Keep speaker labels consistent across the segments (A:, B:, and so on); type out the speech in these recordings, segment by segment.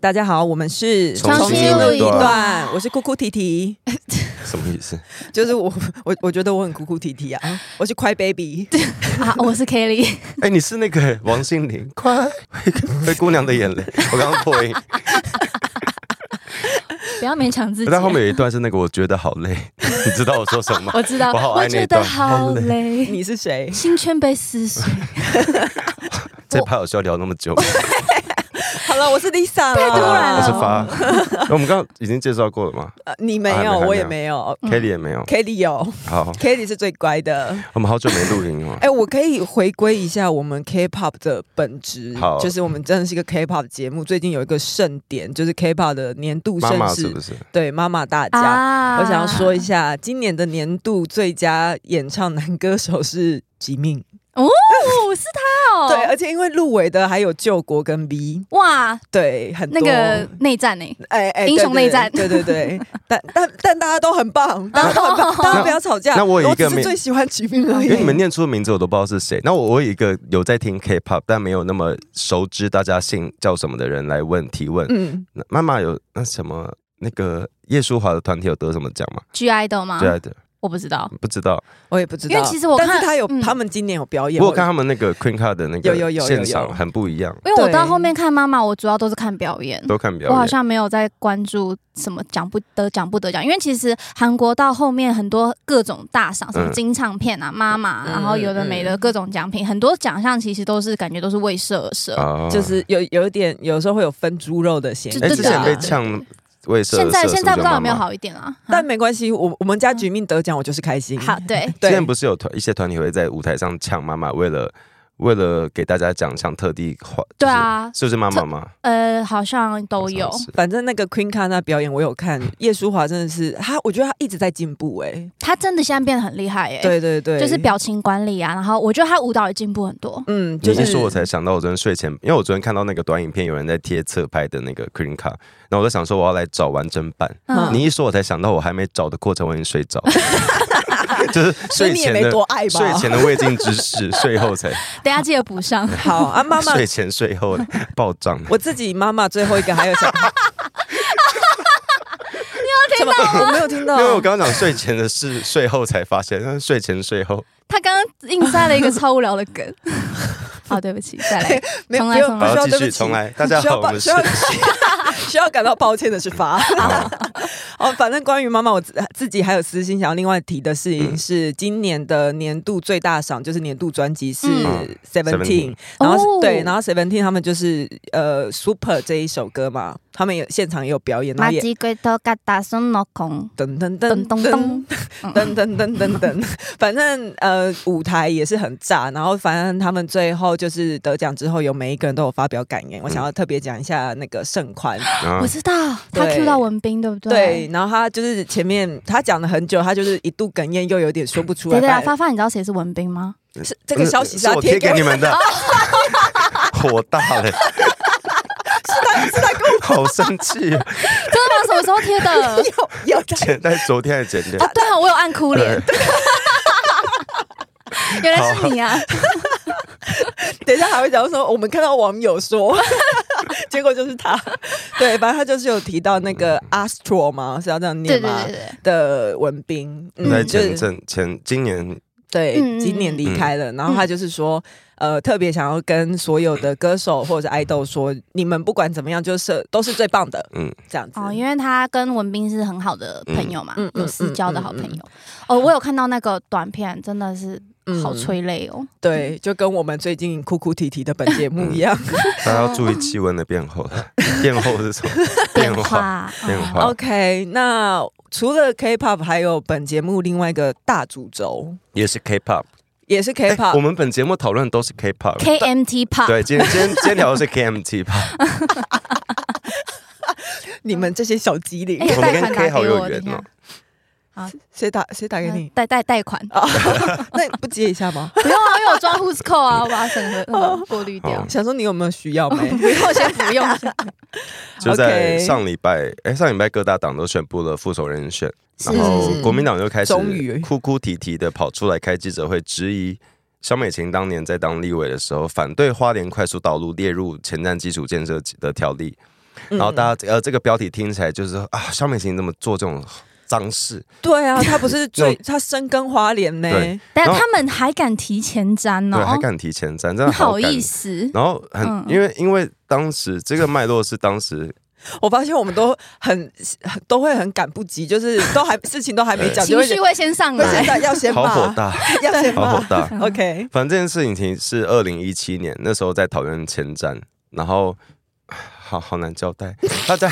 A: 大家好，我们是
B: 重新录一段，
A: 我是哭哭啼啼，
B: 什么意思？
A: 就是我我我觉得我很哭哭啼啼啊，我是 Cry Baby，
C: 啊，我是 Kelly，
B: 哎、你是那个王心凌，快灰姑娘的眼泪，我刚刚破音。
C: 不要勉强自己。
B: 但后面有一段是那个，我觉得好累， 你知道我说什么吗？
C: 我知道，
B: 我好爱那
C: 觉
B: 一段
C: 得好 累，
A: 你是谁？
C: 心圈被撕碎。
B: 这趴有需要聊那么久吗？
A: 好了，我是 Lisa
C: 太突
A: 哦
C: 然
B: 我
C: 了
B: 是发，那我们刚刚已经介绍过了吗、
A: 呃你没
B: 啊还没
A: 有，
B: 还没
A: 我也没有
B: k e l l y 也没有。
A: ，Kelly 有
B: 好，
A: ，Kelly 是最乖的。
B: 我们好久没录音了。
A: 哎、我可以回归一下我们 K-pop 的本质
B: 好，
A: 就是我们真的是一个 K-pop 节目。最近有一个盛典，就是 K-pop 的年度
B: 妈
A: 盛
B: 妈
A: 事，
B: 是不是？
A: 对妈妈大家。
C: 啊
A: 我想要说一下，今年的年度最佳演唱男歌手是吉命，
C: 哦， 是他哦，
A: 对，而且因为入围的还有救国跟 V，
C: 哇，
A: 对，很多
C: 那个内战欸呢？
A: 哎哎，
C: 英雄
A: 对对
C: 内战哦
A: 对对 对，但但但大家都很棒，大家都很棒，大家不要吵架。
B: 那我有一个
A: 只是
B: 没
A: 最喜欢吉命而已
B: 因为。哎你们念出的名字我都不知道是谁。那我我有一个有在听 K-pop，但没有那么熟知大家姓叫什么的人来问提问。
A: 嗯，
B: 那妈妈有那什么那个叶舒华的团体有得什么奖吗？
C: G idol 吗？
B: 对啊，对，
C: 我不知道。
B: 不知道。
A: 我也不知道，
C: 因为其实我看
A: 但是他有
C: 嗯
A: 他们今年有表演，
B: 我有看他们那个 Queen Card 的那
A: 有有有有
B: 个
A: 有
B: 现场，很不一样，
C: 因为我
A: 对
C: 到后面看妈妈，我主要都是看表演，
A: 嗯
B: 都看表
C: 我好
B: 演。
C: 像没有在关注什么奖不得奖不得奖，因为其实韩国到后面很多各种大赏，什么
B: 嗯
C: 金唱片啊、妈妈，
A: 嗯
C: 然后有的没的各种奖品，很多奖项其实都是感觉都是为社而设。
B: 啊
A: 就是有有一点，有时候会有分猪肉的嫌疑。
C: 就
B: 哎，
C: 对
B: 之前
C: 啊
B: 被呛为社
C: 现在
B: 社
C: 现在不知道有没有。
B: 是
C: 好一点啊？
A: 但没关系，我我们家局命得奖，我就是开心。
C: 啊好，对，
B: 妈妈之
A: 对，
B: 前不是有团一些团体会在舞台上呛妈妈，为了为了给大家奖项特地画，就是
C: 对，啊，
B: 是不是妈妈吗？
C: 呃，好像都有
B: 好像是
A: 反正那个 Queen Card 那表演我有看，叶舒华真的是他，我觉得他一直在进步哎、
C: 他真的现在变得很厉害耶、
A: 对对对，
C: 哎就是表情管理啊，然后我觉得他舞蹈也进步很多。
A: 嗯，
B: 你
A: 就
B: 一
A: 是
B: 说，我才想到，我昨天睡前，因为我昨天看到那个短影片，有人在贴侧拍的那个 Queen Card，然后我就想说我要来找完整版。
A: 嗯
B: 你一说，我才想到我还没找的过程，我已经睡 着，就是
A: 所以
B: 睡
A: 你也
B: 前
A: 没
B: 的
A: 多爱吧？
B: 睡前的未尽之事，睡后才
C: 等一下记得补上。
A: 好啊，妈妈，
B: 睡前睡后暴涨。
A: 我自己妈妈最后一个还有 想，你有听到我没有听
B: 因
A: 到，
B: 为我刚刚讲睡前的事，睡后才发现，但是睡前睡后
C: 他刚刚硬塞了一个超无聊的梗。 好，对不起，再来。
A: 没有
C: 重来
A: 没有
C: 重
A: 不
C: 来
A: 需
B: 好
A: 要
B: 继
A: 对
B: 续
A: 不起，
B: 重来大家
A: 需要
B: 好
A: 抱
B: 我们
A: 需要需要感到抱歉的是 发。
B: 啊
A: 哦，反正关于妈妈，我自自己还有私心想要另外提的事情是，今年的年度最大赏就是年度专辑是
C: 嗯
A: Seventeen，、
B: 17
A: 然后是、
C: 哦
A: 对，然后 Seventeen 他们就是呃 Super 这一首歌嘛，他们也现场也有表演，然后也
C: 吉龟头嘎达孙老孔，
A: 噔噔噔
C: 咚咚
A: 噔
C: 咚。
A: 噔噔噔噔噔，反正呃舞台也是很炸，然后反正他们最后就是得奖之后，有每一个人都有发表感言。我
B: 嗯
A: 想要特别讲一下那个盛宽，
B: 啊
C: 我知道他
A: 对
C: Q 到文斌，对不
A: 对
C: 对？，
A: 然后他就是前面他讲了很久，他就是一度哽咽，又有点说不出来。
C: 对对啊，
A: 反正
C: 发发，你知道谁是文斌吗？
A: 是这个消息是
B: 是
A: 他
B: 我
A: 贴
B: 贴
A: 给
B: 给你们的，火大了，好生气哦！
C: 真的吗？什么时候 贴的？
A: 有有的，
B: 前在昨天还是前天，
C: 啊，对啊，我有按哭脸
B: 对，
C: 原来是你啊！
A: 等一下还会讲说我们看到网友说， 结果就是他。对，反正他就是有提到那个
B: 嗯
A: Astro 嘛，是要这样念
C: 对对
A: 吗？
C: 对对，
A: 的文斌，嗯
B: 在
A: 就
B: 前
A: 是。
B: 阵前今年
A: 对，
C: 嗯
A: 今年离开了。然后他就是说，呃，特别想要跟所有的歌手或者是爱豆说，你们不管怎么样，就是都是最棒的，嗯
B: 嗯，
A: 这样子。
C: 哦，因为他跟文斌是很好的朋友嘛
A: 嗯嗯，嗯
C: 有私交的好朋友。哦，我有看到那个短片，真的是好
B: 嗯
C: 催泪 哦。
A: 嗯对，就跟我们最近哭哭啼啼的本节目一样。
B: 大家要注意气温的变厚了，变厚是什么？
C: 变化，
B: 变
C: 嗯
B: 化
A: 哦 OK，那除了 K-pop，还有本节目另外一个大主轴
B: 也是 K-pop。
A: 也是
B: 哎我
A: K-pop。
B: 们本节目讨论的都是 K-pop。
C: KMT Pop，
B: 对，今天 今天今天聊的是 KMT 吧，
A: 你们这些小机灵
C: 哎，呀
B: 我们跟
C: 贷款打
B: K 好
C: 给
B: 有
C: 我
B: 缘
C: 等一下呃
B: 哦
A: 谁打谁打给你？
C: 贷贷贷款，
B: 哦
A: 啊，
C: 嗯
A: 那你不接一下吗？
C: 不用啊，因为我装 Who's Call 啊，我把 它整个那个过滤掉
B: 哦。
A: 想说你有没有需要没？
B: 嗯
C: 不用，先不用。
B: 就在
A: OK
B: 上礼拜，哎，上礼拜各大党都宣布了副手人选，
C: 是
B: 然后
A: 是是
B: 国民党就开始
A: 终于
B: 哭哭啼啼的跑出来开记者会，质疑萧美琴当年在当立委的时候，反对花莲快速道路列入前瞻基础建设的条例。
A: 嗯
B: 然后大家呃，这个标题听起来就是啊，肖美琴怎么做这种脏事？
A: 对啊，他不是最
B: 那
A: 他深耕花莲呢、
B: 对
C: 但
B: 然后
C: 他们还敢提前瞻
B: 对，还
C: 哦，
B: 敢提前瞻，真
C: 你
B: 的
C: 好
B: 敢
C: 意。思？
B: 然后很，
C: 嗯
B: 因为因为当时这个脉络是当时
A: 我发现我们都很都会很赶不及，就是都还事情都还没讲，就
C: 情
A: 会
C: 绪
A: 觉
C: 会先上
A: 得会现
C: 哎来，
A: 在要先
B: 好火
A: 骂，
B: 大，
A: 要先
B: 好
A: 骂
B: 火。大。
C: 嗯
A: OK，
B: 反正这件事情其实是二零一七年那时候在讨论前瞻，然后好好难交代，大家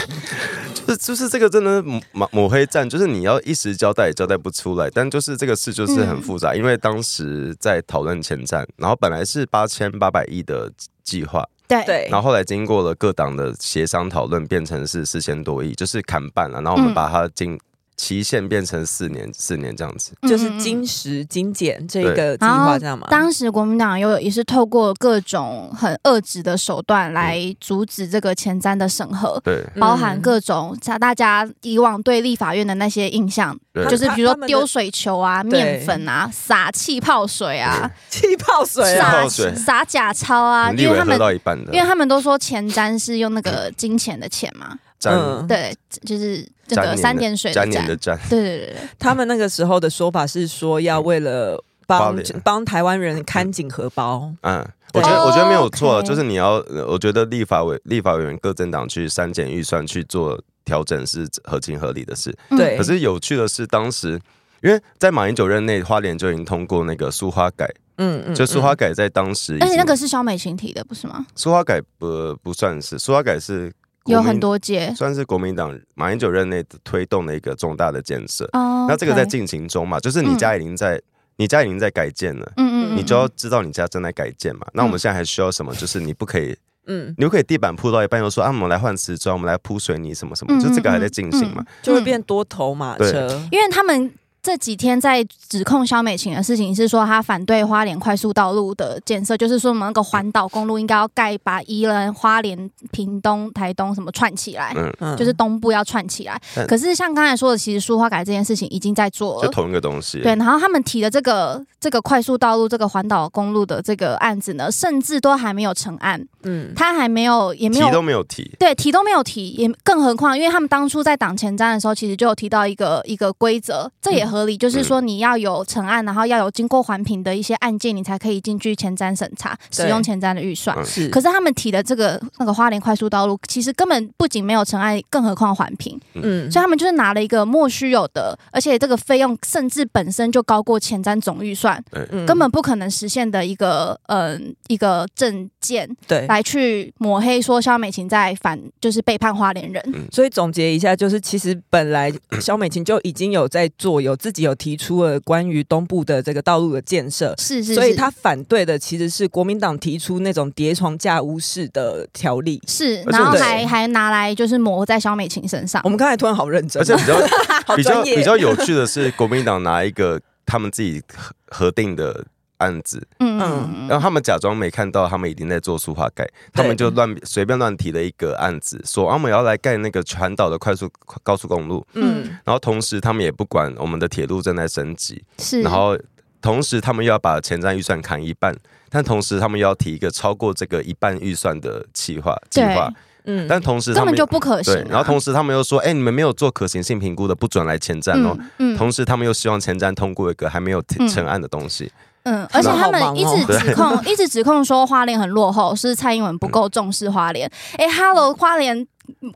B: 就是就是这个真的抹抹抹黑战，就是你要一时交代也交代不出来，但就是这个事就是
C: 嗯
B: 很复杂，因为当时在讨论前瞻，然后本来是八千八百亿的计划，
C: 对
A: 对
B: 然后后来经过了各党的协商讨论，变成是四千多亿，就是砍半了、然后我们
C: 嗯
B: 把它经期限变成四年，四年这样子。
A: 就是
C: 嗯嗯嗯
A: 金石精简这
B: 对
A: 个计
C: 然后
A: 划，这样吗？
C: 当时国民党又有也是透过各种很恶质的手段来阻止这个前瞻的审核，
B: 对
A: 嗯
C: 包含各种像大家以往对立法院的那些印象，
B: 对，
C: 就是比如
A: 他
C: 说
A: 他们的
C: 丢水球啊、
A: 对
C: 面粉啊、撒气泡 水啊、
A: 气泡水
B: 是
A: 啊
B: 啊，
C: 撒
B: 泡水
C: 撒假钞啊，
B: 立
C: 因为
B: 委
C: 他
B: 喝
C: 们
B: 到一半的，
C: 因为他们都说前瞻是用那个金钱的钱嘛，
B: 沾
A: 嗯
C: 对，就是这
B: 粘
C: 个
B: 黏的
C: 三点水
B: 沾黏
C: 的沾，
B: 的
C: 对
B: 沾，
C: 对对对，
A: 他们那个时候的说法是说要为了
B: 花
A: 帮
B: 莲
A: 帮台湾人看紧荷包，
B: 嗯。
A: 对
B: 我觉得我觉得没有错，
C: OK
B: 就是你要，呃我觉得立法委立法委员各政党去删减预算去做调整是合情合理的事。
C: 嗯
A: 对
B: 可是有趣的是，当时因为在马英九任内，花莲就已经通过那个苏花改，
A: 嗯嗯，
B: 就苏花
A: 嗯
B: 改在当时已经，
C: 而且那个是肖美琴提的，不是吗？
B: 苏花改不不算是，苏花改是国
C: 有
B: 民
C: 很多届
B: 算是国民党马英九任内推动的一个重大的建设。
C: 哦，
B: 那这个在
C: OK
B: 进行中嘛，就是你家已经在、你家已经在改建了，
C: 嗯嗯，
B: 你就要知道你家正在改建嘛。那我们现在还需要什么？就是你不可以，
A: 嗯，
B: 你不可以地板铺到一半又说啊，我们来换瓷砖，我们来铺水泥什么什么，
C: 嗯
B: 就这个还在进行嘛。，
C: 嗯嗯
A: 就会变多头马车
C: 嗯。因为他们。这几天在指控肖美琴的事情是说，她反对花莲快速道路的建设，就是说我们那个环岛公路应该要盖，把宜兰、花莲、屏东、台东什么串起来，
B: 嗯，
A: 嗯
C: 就是东部要串起来
B: 但。
C: 可是像刚才说的，其实书花改这件事情已经在做
B: 就
C: 了。
B: 同一个东西。
C: 对，然后他们提的这个这个快速道路、这个环岛公路的这个案子呢，甚至都还没有成案，
A: 嗯，
C: 他还没有也没
B: 提
C: 有
B: 都没有提，
C: 对，提都没有提，也更何况，因为他们当初在党前瞻的时候，其实就有提到一个一个规则，
A: 嗯
C: 这也合理，就是说你要有成案，然后要有经过环评的一些案件，你才可以进去前瞻审查，
A: 对
C: 使用前瞻的预算。
B: 嗯
A: 是，
C: 可是他们提的这个那个花莲快速道路，其实根本不仅没有成案，更何况环评，
A: 嗯
C: 所以他们就是拿了一个莫须有的，而且这个费用甚至本身就高过前瞻总预算，
A: 嗯
C: 根本不可能实现的一个嗯、一个证件。
A: 对。
C: 来去抹黑说肖美琴在反，就是背叛花莲人。
A: 所以总结一下，就是其实本来 肖美琴就已经有在做，有自己有提出了关于东部的这个道路的建设，
C: 是是是，
A: 所以他反对的其实是国民党提出那种叠床架屋式的条例。
C: 是，
B: 而且
C: 然后
A: 对哦
C: 还还拿来就是抹在肖美琴身上
A: 我。们刚才突然好认真
B: 而，且比 较
A: 好
B: 比较
A: 专业，
B: 比较有趣的是，国民党拿一个他们自己核核定的案子，
C: 嗯
A: 嗯
C: 嗯
B: 然
C: 嗯，
B: 后他们假装没看到，他们已经在做苏花盖，他们就乱随便乱提了一个案子，说啊我们要来盖那个全岛的快速高速公路，
A: 嗯，
B: 然后同时他们也不管我们的铁路正在升级，
C: 是。
B: 然后同时他们又要把前瞻预算砍一半，但同时他们又要提一个超过这个一半预算的计划计
C: 对
B: 划，
A: 嗯
B: 但同时他
C: 根
B: 们
C: 本就不可行啊、
B: 对，然后同时他们又说，哎、你们没有做可行性评估的，不准来前瞻哦。
C: 嗯嗯
B: 同时，他们又希望前瞻通过一个还没有
C: 嗯
B: 成案的东西，
C: 嗯，而且他们一直
A: 哦
C: 指控， 一直指控说花莲很落后，是蔡英
B: 嗯
C: 文不够重视花莲。哎、哈喽，花莲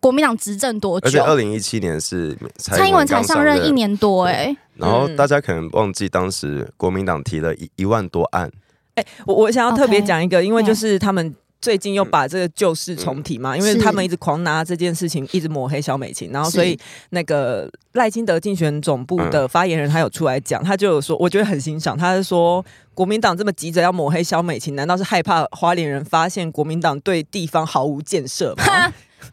C: 国民党执政多
B: 而且二
C: 久？
B: 零一七年是
C: 蔡英文才
B: 刚上
C: 上任一，年多、诶
B: 然后
A: 嗯
B: 大家可能忘记当时国民党提了一一万多案，
A: 我我想要特别
C: OK，
A: 讲一个，因为
C: 嗯
A: 就是他们。最近又把这个旧事重提嘛，因为
C: 是
A: 他们一直狂拿这件事情一直抹黑小美琴，然后
C: 是
A: 所以那个赖清德竞选总部
B: 嗯
A: 的发言人他有出来讲，他就有说，我觉得很欣赏，他是说国民党这么急着要抹黑小美琴，难道是害怕花莲人发现国民党对地方毫无建设吗？
C: 哎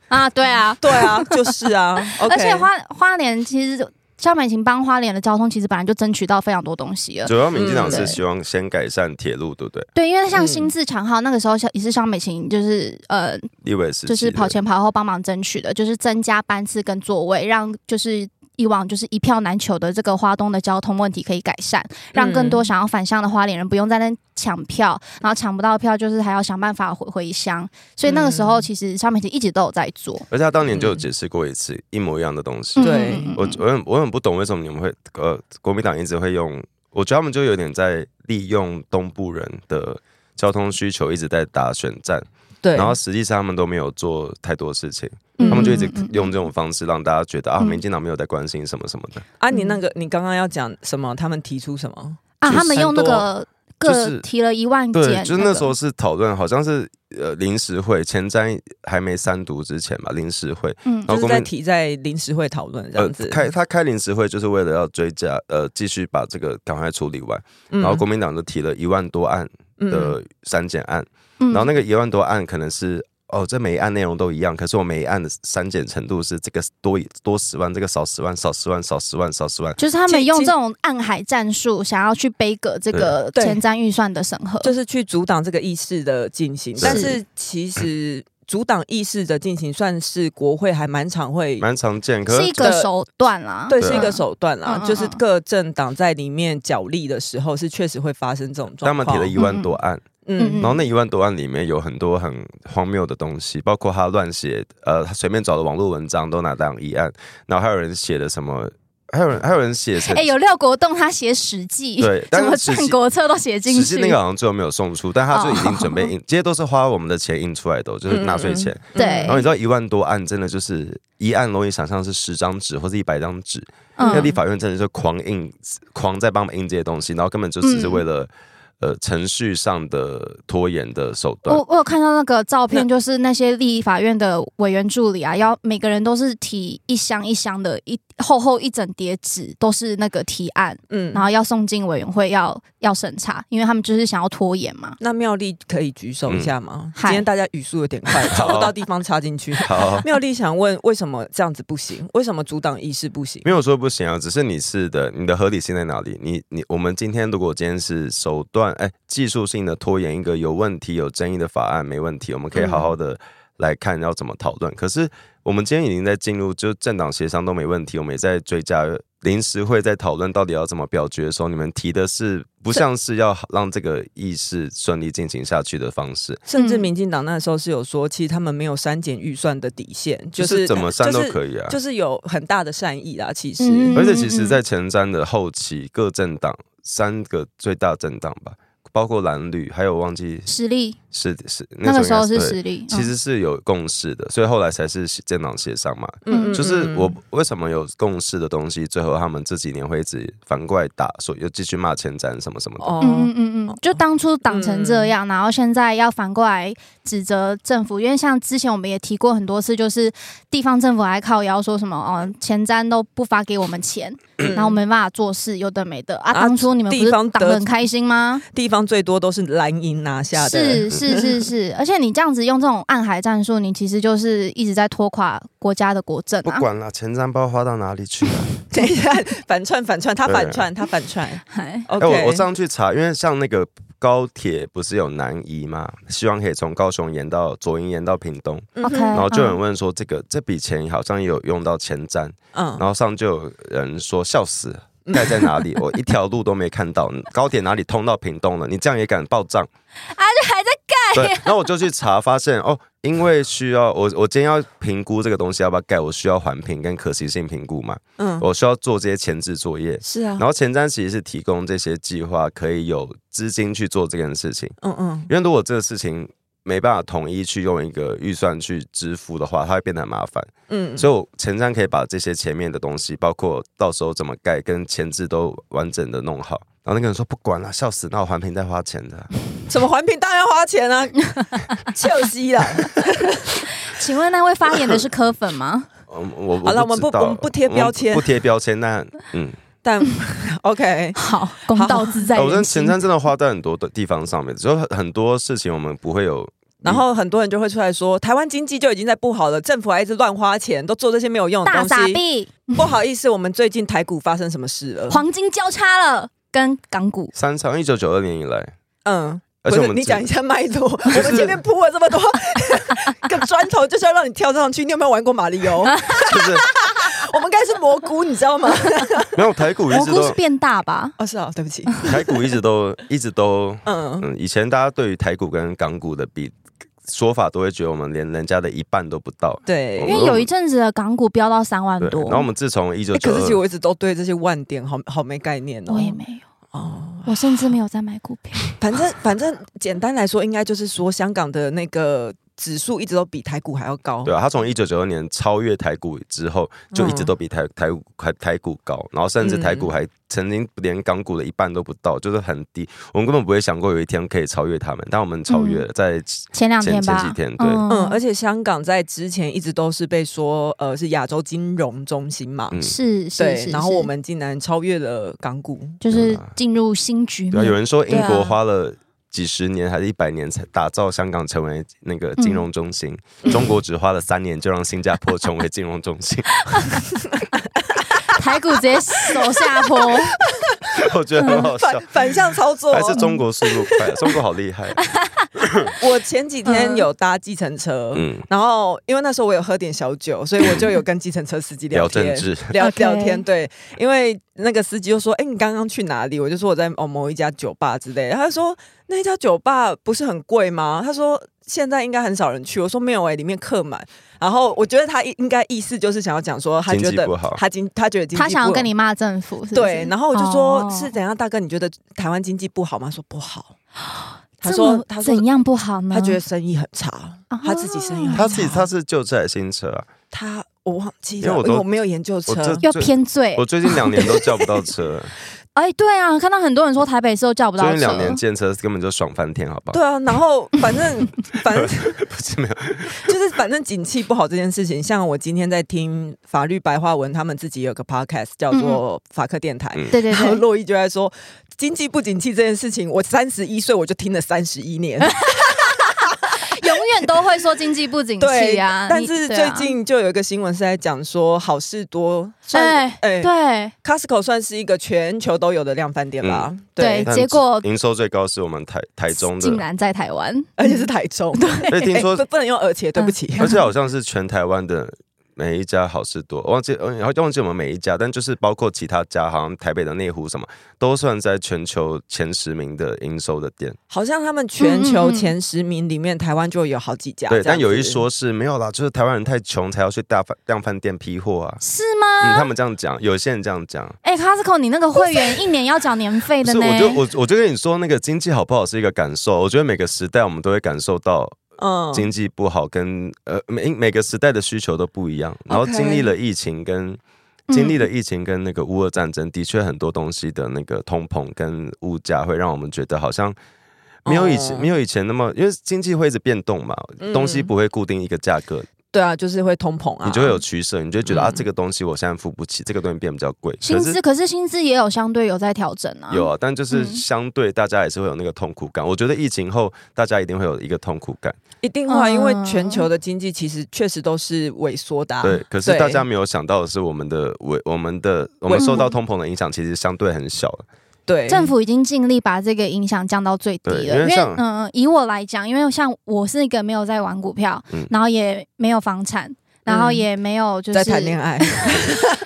C: 啊，对啊，
A: 对啊，就是 啊，OK，
C: 而且花花莲其实肖美琴帮花莲的交通其实本来就争取到非常多东西了。
B: 主要民进党
A: 嗯
B: 是
C: 呃对
B: 希望先改善铁路，对不对？
C: 对，因为像
A: 嗯
C: 新自强号那个时候，肖也是肖美琴，就是呃，
B: 立委时期
C: 就是跑
B: 的
C: 前跑后帮忙争取的，就是增加班次跟座位，让就是以往就是
B: 嗯
C: 一票难求的这个花东的交通问题可以改善，让更多想要返乡的花莲人不用在那抢票，然后抢不到票就是还要想办法回回乡，所以那个时候
A: 嗯
C: 其实萧美琴一直都有在做。
B: 而且他当年
C: 嗯
B: 就有解释过一次一模一样的东西。
A: 对
C: 嗯嗯嗯
B: 我我很我很不懂为什么你们会呃国民党一直会用，我觉得他们就有点在利用东部人的交通需求一直在打选战，
A: 对，
B: 然后实际上他们都没有做太多事情，
C: 嗯
B: 他们就一直
C: 嗯嗯嗯
B: 用这种方式让大家觉得啊，
C: 嗯
B: 民进党没有在关心什么什么的。
A: 啊，你那个你刚刚要讲什么？他们提出什么？
C: 啊，
B: 就是
C: 他们用那
B: 很多
C: 个
B: 就
C: 各
B: 是
C: 提了一万
B: 对，
C: 件，
B: 就是那
C: 个
B: 时候是讨论，好像是呃临时会前瞻还没三读之前吧，临时会，
C: 嗯
B: 然后
A: 就是
B: 公
A: 在
B: 民
A: 提在临时会讨论这
B: 呃
A: 样子。
B: 开他开临时会就是为了要追加呃继续把这个赶快处理完，
A: 嗯，
B: 然后国民党就提了一万多案
A: 嗯
B: 的删减案，
C: 嗯
B: 然后那个一万多案可能是哦，这每一案内容都一样，可是我每一案的删减程度是这个多多十万，这个少十万，少十万，少十万，少十万。
C: 就是他们
A: 其
C: 用
A: 其
C: 这种暗海战术，想要去背葛这个
A: 对
C: 前瞻预算的审核。
A: 就是去阻挡这个议事的进行，
B: 是
A: 但是其实阻挡议事的进行算是国会还蛮常会。
B: 蛮常见，可
C: 是一
B: 是
C: 个手段啦，
A: 对，
B: 对啊
A: 是一个手段
C: 嗯
A: 啦
C: 嗯，嗯
A: 就是各政党在里面角力的时候，是确实会发生这种
B: 他
A: 状
B: 们
A: 况。
B: 提了一万多案，
C: 嗯
B: 然后那一万多案里面有很多很荒谬的东西，包括他乱写，呃，他随便找的网络文章都拿当议案，然后还有人写的什么，还有人还有人写成
C: 哎、有廖国栋他写《史记》，
B: 啊对，
C: 什
B: 但是
C: 么
B: 实
C: 战
B: 际
C: 国策都写进
B: 实
C: 去哦
B: 际，那个好像最后没有送出，但他就已经准备 印，这些都是花我们的钱印出来的哦，就是纳税钱。
A: 嗯
C: 对
B: 然后你知道一万多案真的就是一案，容易想象是十张纸或者一百张纸，
C: 嗯
B: 那立法院真的是狂印，狂在帮我们印这些东西，然后根本就只是为了、呃程序上的拖延的手段
C: 我。我有看到那个照片，
A: 那
C: 就是那些立法院的委员助理啊，要每个人都是提一箱一箱的，一厚厚一整叠纸，都是那个提案，
A: 嗯
C: 然后要送进委员会要要审查，因为他们就是想要拖延嘛。
A: 那妙丽可以举手一下吗？
C: 嗨
A: 今天大家语速有点 快，找不到地方插进去。
B: 好，啊
A: 妙丽想问，为什么这样子不行？为什么阻挡议事不行？
B: 没有说不行啊，只是你是的，你的合理性在哪里？你你我们今天如果今天是手段，哎，技术性的拖延一个有问题、有争议的法案，没问题，我们可以好好的来看要怎么讨论。可是我们今天已经在进入，就政党协商都没问题，我们也在追加临时会在讨论到底要怎么表决的时候，你们提的是不像是要让这个议事顺利进行下去的方式，
A: 甚至
C: 嗯
A: 民进党那时候是有说，其实他们没有删减预算的底线，
B: 就是是怎么删都
A: 以、
B: 可以啊。
A: 就是，就是有很大的善意啦。其实，
C: 嗯
B: 而且其实，在前瞻的后期，各政党三个最大政党吧，包括蓝绿，还有忘记
C: 实力
B: 是是
C: 那个时候
B: 应该
C: 是
B: 对
C: 实力，嗯
B: 其实是有共识的，所以后来才是政党协商嘛。
C: 嗯
B: 就是我为什么有共识的东西，最后他们这几年会一直反过来打，说又继续骂前瞻什么什么的。
A: 哦，
C: 嗯嗯嗯嗯，就当初挡成这样，然后现在要反过来指责政府，因为像之前我们也提过很多次，就是地方政府还靠腰说什么哦，前瞻都不发给我们 钱，
B: 嗯
C: 然后我们没办法做事，有的没的啊。
A: 啊
C: 当初你们不是
A: 地方
C: 挡
A: 得
C: 得很开心吗？
A: 地方最多都是蓝营拿 下的，
C: 是是是 是，而且你这样子用这种暗海战术，你其实就是一直在拖垮国家的国政
B: 不
C: 啊。
B: 管了，前瞻不知道花到哪里去了。啊
A: 等一下反串反串，他
B: 对
A: 反串他反串。
C: 嗨
A: OK，、
B: 哎、我我上去查，因为像那个高铁不是有南移嘛，希望可以从高雄延到左营延到屏东，
A: 嗯
C: OK
B: 然后就有人
C: 嗯
B: 问说这个这笔钱好像也有用到前瞻，
A: 嗯
B: 然，后上就有人说笑死了，盖在哪里？我一条路都没看到，高铁哪里通到屏东了？你这样也敢报账？
C: 啊，就还在
B: 对，然后我就去查，发现哦，因为需要我我今天要评估这个东西要不要盖，我需要环评跟可行性评估嘛，
A: 嗯，
B: 我需要做这些前置作业。
A: 是啊
B: 然，后前瞻其实是提供这些计划可以有资金去做这件事情，
A: 嗯嗯，
B: 因为如果这个事情没办法统一去用一个预算去支付的话，它会变得很麻烦。
A: 嗯，
B: 所以我前瞻可以把这些前面的东西，包括到时候怎么盖跟前置都完整的弄好。然后那个人说不管了，笑死，那我环评在花钱 的。
A: 什么环评当然要花钱 啊，笑死啦。
C: 请问那位发言的是柯粉吗？
B: 嗯，我
A: 好了我们不
B: 知道
A: 我们不贴标签
B: 我们不贴标签。那嗯，
A: 但 OK，
C: 好，公道自在
B: 呃我
C: 人
B: 跟
C: 心
B: 前。瞻真的花在很多的地方上面，只有很多事情我们不会有。
A: 然后很多人就会出来说，台湾经济就已经在不好了，政府还一直乱花钱，都做这些没有用的
C: 大
A: 东
C: 傻
A: 西。
C: 逼，
A: 不好意思，我们最近台股发生什么事了？
C: 黄金交叉了，跟港股。
B: 三场一九九二年以来，
A: 嗯，
B: 而
A: 不
B: 且我
A: 是
B: 们
A: 你
B: 只
A: 讲一下脉络，我们前面铺了这 么多个砖头，就是要让你跳上去。你有没有玩过马里奥？
B: 就是
A: 我们该是蘑菇，你知道吗？
B: 没有台股一
C: 蘑
B: 直
C: 菇是
B: 都，
C: 变大吧？
A: 哦，是啊，对不起，
B: 台股一直都一直都，
A: 嗯，
B: 嗯，以前大家对于台股跟港股的比说法，都会觉得我们连人家的一半都不到。
A: 对，
B: 我
A: 因
C: 因
A: 为
C: 为有一阵子的港股飙到三万
B: 对，
C: 多，
B: 然后我们自从一九
A: 欸
B: 九
A: 可是其实
B: 二，
A: 我一直都对这些万点好好没概念哦。
C: 我也没有，
A: 哦，
C: 我甚至没有在买股票。
A: 反正
B: 啊
A: 反正简单来说，应该就是说香港的那个指数一直都比台股还要高。
B: 对啊，它从一九九二年超越台股之后，就一
A: 嗯
B: 直都比台台股台台股高，然后甚至台股还曾经连港股的一半都不到，就是很低。我们根本不会想过有一天可以超越他们，但我们超越了，在
C: 前两天吧，
B: 前前几天对
A: 嗯，而且香港在之前一直都是被说呃是亚洲金融中心嘛，
B: 嗯
C: 是是
A: 对，
C: 是，
A: 然后我
C: 是
A: 们竟然超越了港股，
C: 就是进入新局
B: 啊对啊，有
C: 面，
B: 人说英
C: 对
B: 国
C: 啊
B: 花了几十年还是一百年才打造香港成为那个
A: 嗯
B: 金融中心，中国只花了三年就让新加坡成为金融中心。
C: 台股直接走下 坡。
B: 我觉得很好笑
A: 反，反向操作
B: 啊还。是中国速度快，中国好厉害。
A: 我前几天有搭计程车。
B: 嗯，
A: 然后，因为那时候我有喝点小酒，所以我就有跟计程车司机
B: 聊
A: 天，
B: 政治，
A: 聊
C: OK
A: 聊天，对，因为那个司机就说：“哎、你刚刚去哪里？”我就说我在哦某一家酒吧之类的。他就说：“那一家酒吧不是很贵吗？”他说：“现在应该很少人去。”我说：“没有哎、里面客满。”然后我觉得他应应该意思就是想要讲说，他
B: 经
A: 觉
B: 济
A: 得
B: 不好
A: 他经他觉得经济
C: 他想要
A: 不
C: 跟你骂政府，是不是
A: 对，然后我就说：“
C: 哦
A: 是怎样，大哥？你觉得台湾经济不好吗？”他说：“不 好。”他
C: 这
A: 说
C: 么：“
A: 他说
C: 怎样啊哦不好呢？
A: 他觉得生意很差，他自己生意很差。
B: 他自己他是旧车还是新车啊？
A: 他我忘记
B: 因
A: 了，
B: 为
A: 因
B: 我
A: 为
B: 都
A: 我没有研究车
B: 我。这
C: 要偏醉
B: 我。最近两年都叫不到车，
C: 哎，对啊，看到很多人说台北市都叫不
B: 最
C: 到
B: 近两
C: 车
B: 年，见车根本就爽翻天，好不好？
A: 对啊，然后反 正反正
B: 不是没有，
A: 就是反正景气不好这件事情，像我今天在听法律白话文，他们自己有个 podcast 叫做法克电台，
B: 嗯
C: 对对
A: 然后
C: 对，
A: 洛伊就在说经济不景气这件事情，我三十一岁我就听了三十一年，
C: 永远都会说经济不景气 啊。
A: 但
C: 你
A: 是
C: 对
A: 最
C: 啊
A: 近就有一个新闻是在讲说好事多算
C: 哎
A: 哎
C: 对
A: Costco 算是一个全球都有的量贩店吧，
B: 嗯
C: 对
B: 但
C: 结果
B: 营收最高是我们台台中
C: 竟
B: 的，
C: 然在台湾，
A: 而且是台中，
B: 而且听说
A: 哎不不能用而且，对不
C: 嗯
A: 起，
B: 而且好像是全台湾的每一家好事多，我忘记，然后忘记我们每一家，但就是包括其他家，好像台北的内湖什么，都算在全球前十名的营收的店。
A: 好像他们全球
C: 嗯嗯嗯
A: 前十名里面，台湾就有好几家，
B: 对，
A: 啊这样
B: 但
A: 子
B: 有一说是没有啦，就是台湾人太穷才要去大饭量饭店批货啊。
C: 是吗？
B: 嗯，他们这样讲，有些人这样讲。
C: 哎、c o s t c o 你那个会员一年要缴年费
B: 不
C: 的
B: 是，
C: 呢？
B: 我就我我就跟你说，那个经济好不好是一个感受。我觉得每个时代我们都会感受到
A: 嗯
B: 经济不好跟，呃每每个时代的需求都不一样。然后
A: OK 嗯
B: 经历了疫情跟
C: 嗯
B: 经历了疫情跟那个乌俄战争，的确很多东西的那个通膨跟物价会让我们觉得好像没有以前、
A: 哦
B: 没有以前那么，因为经济会一直变动嘛，
A: 嗯
B: 东西不会固定一个价格，
A: 对啊，就是会通膨啊，
B: 你就会有取舍，你就会觉得、啊
A: 嗯
B: 这个东西我现在付不起，这个东西变比较贵，
C: 薪
B: 可
C: 资，
B: 是。
C: 可是薪资也有相对有在调整啊。
B: 有啊，但就是
C: 嗯
B: 相对大家也是会有那个痛苦感。我觉得疫情后大家一定会有一个痛苦感，
A: 一定会啊，
C: 嗯
A: 因为全球的经济其实确实都是萎缩的、啊。
B: 对，可是
A: 对
B: 大家没有想到的是，我们的我我们的我们
A: 嗯
B: 受到通膨的影响其实相对很小了。
A: 对
C: 政府已经尽力把这个影响降到最低了，
B: 对
C: 因
B: 因为
C: 为
B: 像
C: 嗯、以我来讲，因为像我是一个没有在玩股票，
B: 嗯
C: 然后也没有房产，然后也没有就是
A: 嗯在谈恋 爱，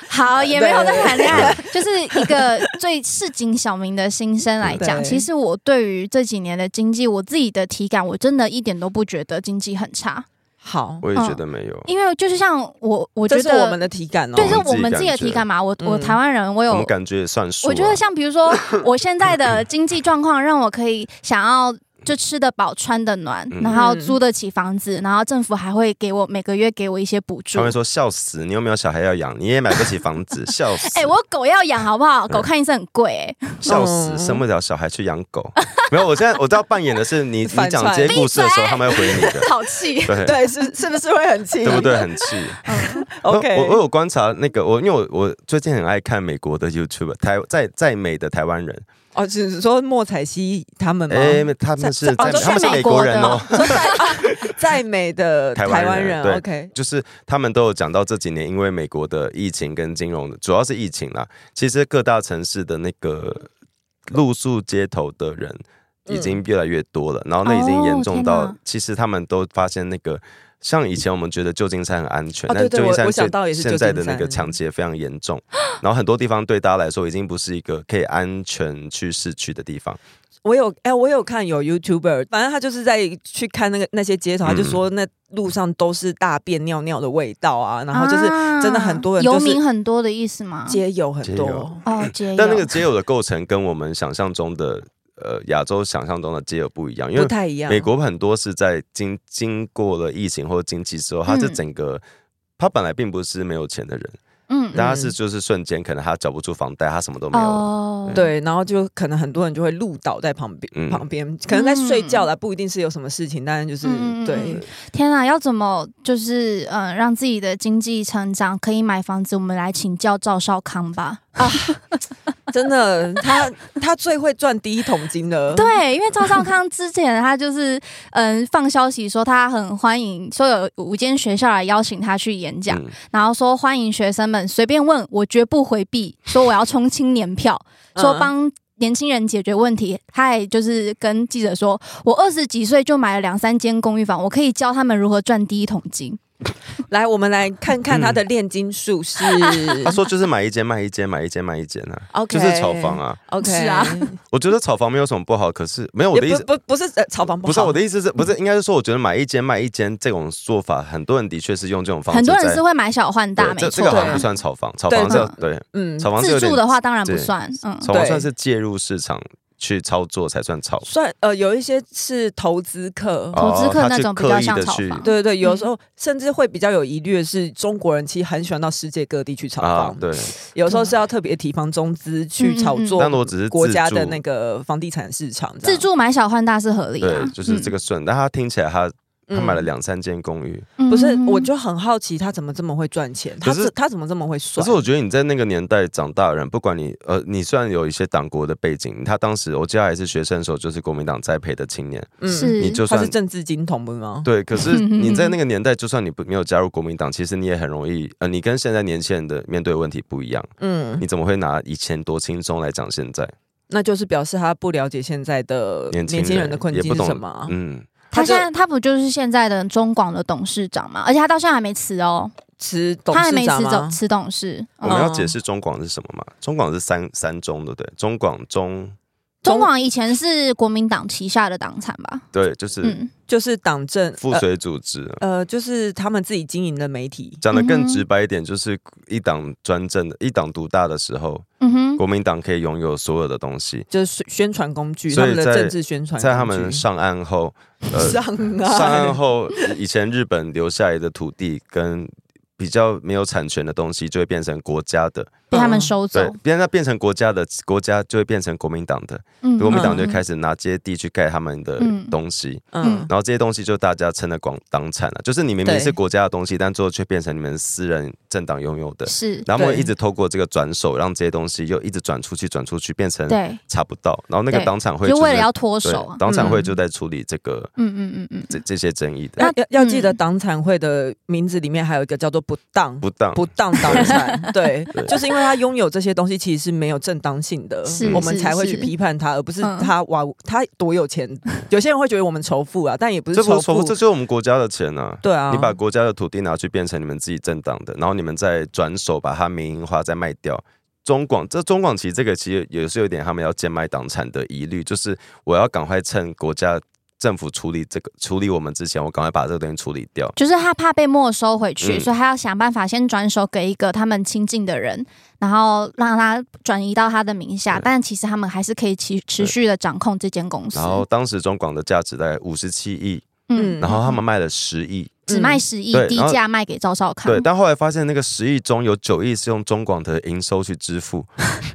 C: 好，也没有
A: 对
C: 在谈恋爱，就是一个最市井小民的心声来 讲。
A: 对
C: 其实我对于这几年的经济，我自己的体感，我真的一点都不觉得经济很差，
A: 好，
B: 我也觉得没有，
C: 因为就是像我，我觉
A: 这
C: 得
A: 是我们的体感哦。
C: 对，
B: 我
C: 是
B: 们自
C: 我
B: 己
C: 们自己
B: 感
C: 的体
B: 觉
C: 感嘛。我我
A: 嗯
C: 台湾人，我
B: 我
C: 有
B: 们，感觉也算数啊。
C: 我觉得像比 如说，我现在的经济状况让我可以 想要。就吃得饱、穿得暖，
B: 嗯
C: 然后租得起房子，然后政府还会给我每个月给我一些补助
B: 他。会说笑死，你又没有小孩要养，你也买不起房子，笑死，
C: 哎、我狗要养好不
B: 嗯
C: 好？狗看医生很贵、哎。
B: 笑死，
A: 嗯
B: 生不了小孩去养狗。 没有，我现在我都要扮演的是你，你
A: 反
B: 讲
A: 串
B: 这些故事的时候，他们会回你 的，
C: 好 气。
B: 对
A: 对，是是不是会很气？
B: 对不对？很气。
A: ？OK，
B: 我我有观察那个我，因为我我最近很爱看美国的 YouTube，台在在美的台湾人，
A: 哦，只是说莫彩希他们吗？
B: 哎，他们是
A: 在
B: 在
A: 哦都是
B: 他们是美
C: 美
B: 国
C: 国
B: 人
C: 的
B: 哦。
A: 说在啊在美的
B: 台
A: 台
B: 湾人
A: 湾人
B: 对
A: OK，
B: 就是他们都有讲到这几年，因为美国的疫情跟金融，主要是疫情啦。其实各大城市的那个露宿街头的人已经越来越多了，然后那已经严重
C: 哦
B: 到
C: 天哪，
B: 其实他们都发现那个像以前我们觉得旧金山很安全，
A: 哦
B: 但
A: 对对
B: 旧金
A: 我我
B: 山
A: 想
B: 现
A: 到也是
B: 现在
A: 旧金
B: 的
A: 山
B: 那个抢劫非常严重，然后很多地方对大家来说已经不是一个可以安全去市区的地方。
A: 我有哎、我有看有 YouTuber，反正他就是在去看那个那些街头，他就说
B: 嗯
A: 那路上都是大便尿尿的味道啊，然后就是真的很多人
C: 游
A: 就是
C: 民很多的意思吗？
A: 街友很
B: 街
A: 多
B: 友。
C: 哦，街
B: 嗯但那
C: 友
B: 个街友的构成跟我们想象中的呃亚洲想象中的街友不一样，因
A: 不
B: 为
A: 太一样，
B: 美国很多是在经经过了疫情或经济之后，他是
C: 嗯
B: 整个、他本来并不是没有钱的人，
C: 嗯
B: 但他是就是瞬间可能他缴不出房贷，他什么都没有了。
C: 哦，
A: 对，然后就可能很多人就会路倒在旁边，
B: 嗯
A: 旁边可能在睡觉啦，不一定是有什么事情，但是就是、
C: 嗯嗯嗯
A: 对
C: 嗯天啊，要怎么就是嗯、呃让自己的经济成长，可以买房子？我们来请教赵少康吧。
A: 真的，他他最会赚第一桶金 了。
C: 对，因为赵少康之前他就是嗯放消息说他很欢迎，说有五间学校来邀请他去演讲，
B: 嗯
C: 然后说欢迎学生们随便问，我绝不回避，说我要冲青年票，
A: 嗯
C: 说帮。年轻人解决问题，他还就是跟记者说：“我二十几岁就买了两三间公寓房，我可以教他们如何赚第一桶金。
A: 来，我们来看看他的炼金术是。
B: 他说就是买一间卖一间，买一间卖一间啊
A: OK，
B: 就是炒房啊。
A: OK，
C: 是啊，
B: 我觉得炒房没有什么不好，可是没有我的意
A: 也
B: 思。
A: 不不不是呃炒房不
B: 不是
A: 好
B: 我的意思是，不是应该是说，我觉得买一间卖一间这种做法，很多人的确是用这种方式
C: 很
B: 在。
C: 多人是会买小换大，
B: 对
C: 没
B: 这
C: 错。
B: 这个好像
A: 对
B: 不算炒房，炒
A: 对
B: 房是要
C: 嗯
B: 对
A: 嗯，
B: 炒房是有
C: 自
B: 点
C: 住的话当然不
B: 对
C: 算，嗯，
B: 炒房
A: 对
B: 算是介入市场去操作才算炒。
A: 算呃有一些是投资客。
B: 哦
C: 投资客
B: 他
C: 那
B: 去
C: 种比
B: 刻
C: 较
B: 意
C: 像
B: 地
C: 炒
B: 去
C: 房。
A: 对对对，有时候甚至会比较有疑虑的是，中国人其实很喜欢到世界各地去炒
B: 啊
A: 房，，
B: 对，
A: 有时候是要特别提防中资
C: 嗯
A: 去炒作
B: 但如果只是
A: 国
B: 自
A: 家的
B: 住
A: 那个房地产市场这样。
C: 自住买小换大是合理嗯的
B: 对，，就是这个顺。但他听起来他他买了
A: 啊嗯
B: 两三间公寓，
C: 嗯
A: 不是，我就很好奇他怎么这么会赚钱，他
B: 可是
A: 怎他怎么这么会
B: 可
A: 算
B: 是？我觉得你在那个年代长大的人，不管你呃，你虽然有一些党国的背景，他当时我记得还是学生的时候，就是国民党栽培的青年，
A: 嗯
C: 是
B: 你就
A: 他
B: 算
A: 是政治金童不是吗？
B: 对，可是你在那个年代，就算你不没有加入国民党，其实你也很容易呃，你跟现在年轻人的面对问题不一样，
A: 嗯
B: 你，怎么会拿以前多轻松来讲现在？
A: 那就是表示他不了解现在的
B: 年轻
A: 呃年轻人的困
B: 也
A: 境
B: 不
A: 是
B: 懂
A: 什么啊。
B: 嗯，
A: 他
C: 他
A: 就
C: 现在他不就是现在的中广的董事长嘛？而且他到现在还没辞哦，
A: 吃董
C: 他还
A: 事
C: 没
A: 长啊
C: 辞
A: 吗
C: 总？辞董事。
B: 啊我
C: 嗯
B: 们要
A: 哦
B: 解释中广是什么嘛？中广是三三中的，对，中广中
A: 中
C: 中广以前是国民党旗下的党产吧？
B: 对，就是
C: 嗯，
A: 就是党政
B: 附
A: 呃
B: 随组织。
A: 呃，就是他们自己经营的媒体。
B: 讲的
C: 嗯
B: 更
C: 哼
B: 直白一点，就是一党专政的、一党独大的时候，
C: 嗯哼，
B: 国民党可以拥有所有的东西。
A: 就是宣传工具，
B: 所
A: 他
B: 以
A: 们的
B: 在
A: 政治宣传
B: 在他
A: 工
B: 们
A: 具
B: 上岸 后，呃，
A: 上
C: 啊
B: 上岸
A: 岸，
B: 后，以前日本留下来的土地跟比较没有产权的东西，就会变成国家的。
C: 被他们
A: 嗯
C: 收走
B: 对。，变它变成国家的，国家就会变成国民党的，
C: 嗯
B: 国民党
C: 嗯
B: 就开始拿这些地去盖他们的
C: 嗯
B: 东西，
A: 嗯，
B: 然后这些东西就大家称的广党产了、就是你明
A: 对
B: 明是国家的东西，但最后却变成你们私人政党拥有的。
C: 是，
B: 然后我们
A: 对
B: 一直透过这个转手，让这些东西又一直转出去，转出去变成
C: 对，
B: 查不到。然后那个
C: 对
B: 党产会
C: 就是为了要脱
B: 对
C: 手啊。
B: 党产会
A: 嗯
B: 就在处理这个
C: 嗯嗯嗯嗯
B: 这这些争议的
A: 要
C: 那
A: 要要记得
C: 嗯
A: 党产会的名字里面还有一个叫做不当
B: 不当。
A: 不当党 产，对
B: 对，
A: 就是因为他拥有这些东西其实是没有正当性的
C: 是，
A: 我们
C: 是
A: 才会去
C: 是
A: 批判他，而不是
C: 嗯
A: 他哇他多有钱。有些人会觉得我们仇富啊，但也不是
B: 这不
A: 仇
B: 是错误，这
A: 富，
B: 就是我们国家的钱啊。
A: 对啊，
B: 你把国家的土地拿去变成你们自己政党的，然后你们再转手把它民营化，再卖掉。中广这中广其实这个其实也是有点他们要贱卖党产的疑虑，就是我要赶快趁国家政府处理这个处理我们之前，我赶快把这个东西处理掉。
C: 就是他怕被没收回去，
B: 嗯
C: 所以他要想办法先转手给一个他们亲近的人，然后让他转移到他的名下。
B: 对
C: 但其实他们还是可以持持续的掌控这间公司。
B: 然后当时中广的价值大概五十七亿，
A: 嗯
B: 然后他们卖了十亿，
C: 只卖十亿，
B: 嗯对
C: 低
B: 然后
C: 价卖给赵少康
B: 对，。但后来发现那个十亿中有九亿是用中广的营收去 支付，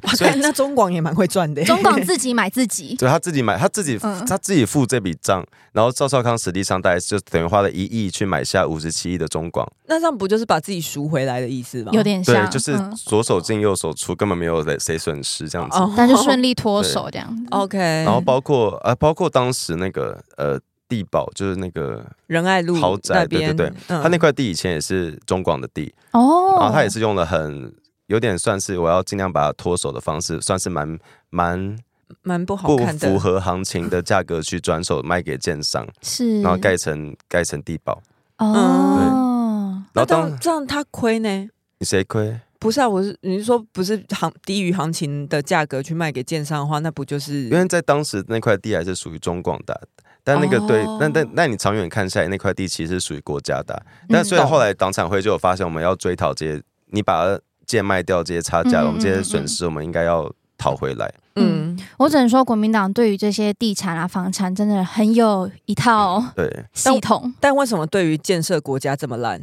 A: 哇
B: 所以
A: 看那中广也蛮会赚的耶，
C: 中广自己买 自己，
B: 对他自己买，他自己、
C: 嗯
B: 他自己付这笔账，然后赵少康实际上大概就等于花了一亿去买下五十七亿的中广，
A: 那这样不就是把自己赎回来的意思吗？
C: 有点
B: 对
C: 像，，
B: 就是
C: 嗯
B: 左手进右手出，根本没有谁谁损失这样子。
A: 哦，
C: 但就顺利脱手这样子。
A: OK，
B: 然后包括呃，包括当时那个呃地保，就是那个
A: 仁爱路
B: 豪宅
A: 那边，
B: 对对
A: 嗯
B: 他那块地以前也是中广的地，
C: 哦，
B: 然后他也是用了很有点算是我要尽量把它脱手的方式，算是蛮蛮
A: 蛮不好
B: 不
A: 看的啊
B: 符，合行情的价格去转手卖给建商，
C: 是
B: 然后盖成盖成地保。
C: 哦，
B: 然
A: 那
B: 后
A: 这样
B: 当
A: 这样他亏呢？
B: 你谁亏？
A: 不是啊，我是你是说不是行低于行情的价格去卖给建商的话，那不就是
B: 因为在当时那块地还是属于中广的，但那个对，
A: 哦
B: 那但那你长远看下来，那块地其实是属于国家的。
C: 嗯
B: 但虽然
A: 懂
B: 后来党产会就有发现，我们要追讨这些，你把贱卖掉这些差价，
C: 嗯嗯
B: 我们这
C: 嗯
B: 些
C: 嗯
B: 损失，我们应该要讨回来。
A: 嗯
C: 我只能说，国民党对于这些地产啊、房产真的很有一套
B: 对，
C: 系统。
A: 但为什么对于建设国家这么 烂？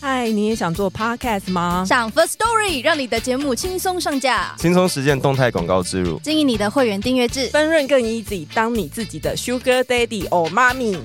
A: 嗨，你也想做 podcast 吗？
C: 上 First Story 让你的节目轻松上架，
B: 轻松实践动态广告植入。
C: 经营你的会员订阅制。
A: 分润更 easy，当你自己的 sugar daddy or mommy。